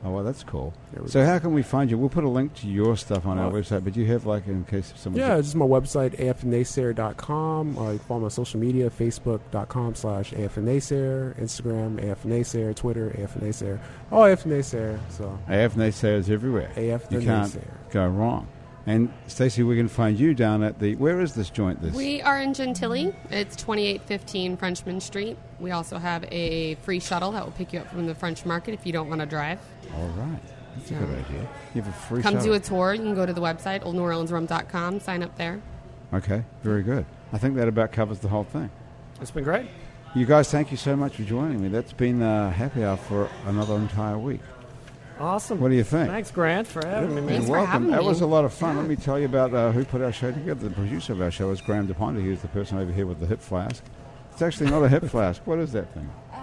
Oh, well, that's cool.
There we
So
go.
how can we find you? We'll put a link to your stuff on our
Oh.
website, but you have, like, in case someone...
Yeah, it's just my website, afnaysayer.com. E Uh, you can follow my social media, facebook.com slash afnaysayer, Instagram, afnaysayer, Twitter, afnaysayer. All afnaysayer, so.
AF Naysayers everywhere.
AF the
You can't
Naysayer.
go wrong. And, Stacey, we can find you down at the... Where is this joint? This
we are in Gentilly. It's 2815 Frenchman Street. We also have a free shuttle that will pick you up from the French Market if you don't want to drive.
All right. That's a good idea. You have a free
Come
shuttle.
do a tour. You can go to the website oldneworleansrum.com. Sign up there.
Okay, very good. I think that about covers the whole thing.
It's been great.
You guys, thank you so much for joining me. That's been uh, happy hour for another entire week.
Awesome.
What do you think?
Thanks, Grant, for having me, man.
You're
Thanks for
welcome.
having
that
me.
was a lot of fun. Let me tell you about uh, who put our show together. The producer of our show is Graham DePonte, who's the person over here with the hip flask. It's actually not a hip flask. What is that thing?
Uh,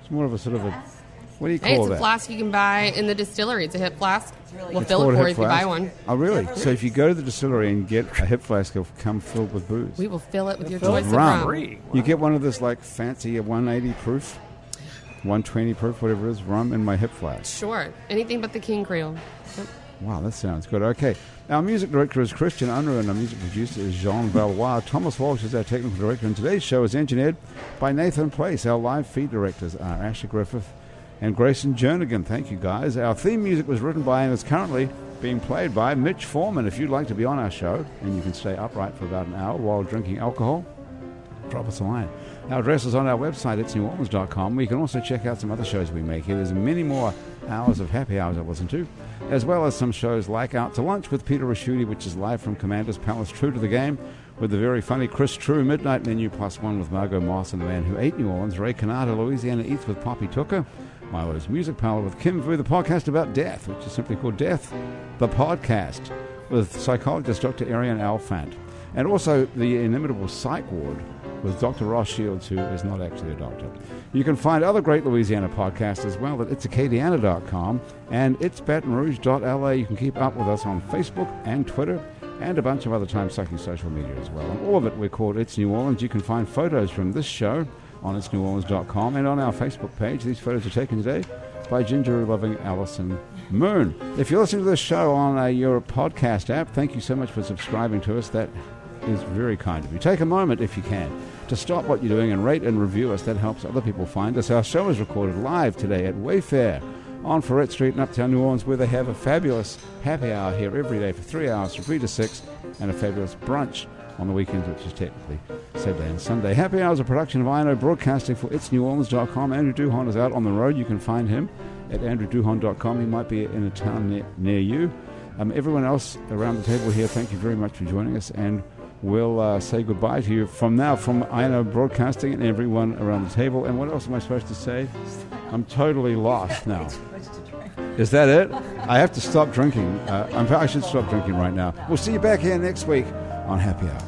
It's more of a sort of a. What do you call
Hey, it's
that?
a flask you can buy in the distillery. It's a hip flask.
really
we'll
good.
fill
Called
it
a
for
hip
you if you buy
flask.
one.
Oh, really? So if you go to the distillery and get a hip flask, it'll come filled with booze.
We will fill it with your
fill it
choice
with
of rum.
free.
You get one of this like fancy 180 proof, 120 proof, whatever it is, rum in my hip flask.
Sure. Anything but the King Creole.
Wow, that sounds good. Okay. Our music director is Christian Unruh and our music producer is Jean Valois. Thomas Walsh is our technical director, and today's show is engineered by Nathan Place. Our live feed directors are Asher Griffith and Grayson Jernigan. Thank you, guys. Our theme music was written by and is currently being played by Mitch Foreman. If you'd like to be on our show and you can stay upright for about an hour while drinking alcohol, drop us a line. Our address is on our website, it's neworleans.com. We can also check out some other shows we make here. There's many more hours of happy hours I listen to, as well as some shows like Out to Lunch with Peter Raschuti, which is live from Commander's Palace, True to the Game, with the very funny Chris True, Midnight Menu Plus One with Margot Moss and the man who ate New Orleans, Ray Canada, Louisiana Eats with Poppy Tucker, Milo's Music Parlor with Kim Vu, the podcast about death, which is simply called Death, the podcast with psychologist Dr. Arian Alfant and also the inimitable psych ward with Dr. Ross Shields, who is not actually a doctor. You can find other great Louisiana podcasts as well at itsacadiana.com and itsbatonrouge.la. You can keep up with us on Facebook and Twitter and a bunch of other time sucking social media as well. On all of it, we're called It's New Orleans. You can find photos from this show on itsneworleans.com and on our Facebook page. These photos are taken today by ginger loving Alison Moon. If you're listening to this show on uh, your podcast app, thank you so much for subscribing to us. That is very kind of you. Take a moment, if you can, to stop what you're doing and rate and review us. That helps other people find us. Our show is recorded live today at Wayfair on Ferret Street in Uptown New Orleans, where they have a fabulous happy hour here every day for three hours from 3 to 6 and a fabulous brunch on the weekends, which is technically Saturday and Sunday. Happy Hour is a production of INO Broadcasting for itsneworleans.com. Andrew Duhon is out on the road. You can find him at andrewduhon.com. He might be in a town near, near you. Um, everyone else around the table here, thank you very much for joining us, and we'll uh, say goodbye to you from now from INO Broadcasting and everyone around the table. And what else am I supposed to say? I'm totally lost now. Is that it? I have to stop drinking. Uh, I'm, I should stop drinking right now. We'll see you back here next week on Happy Hour.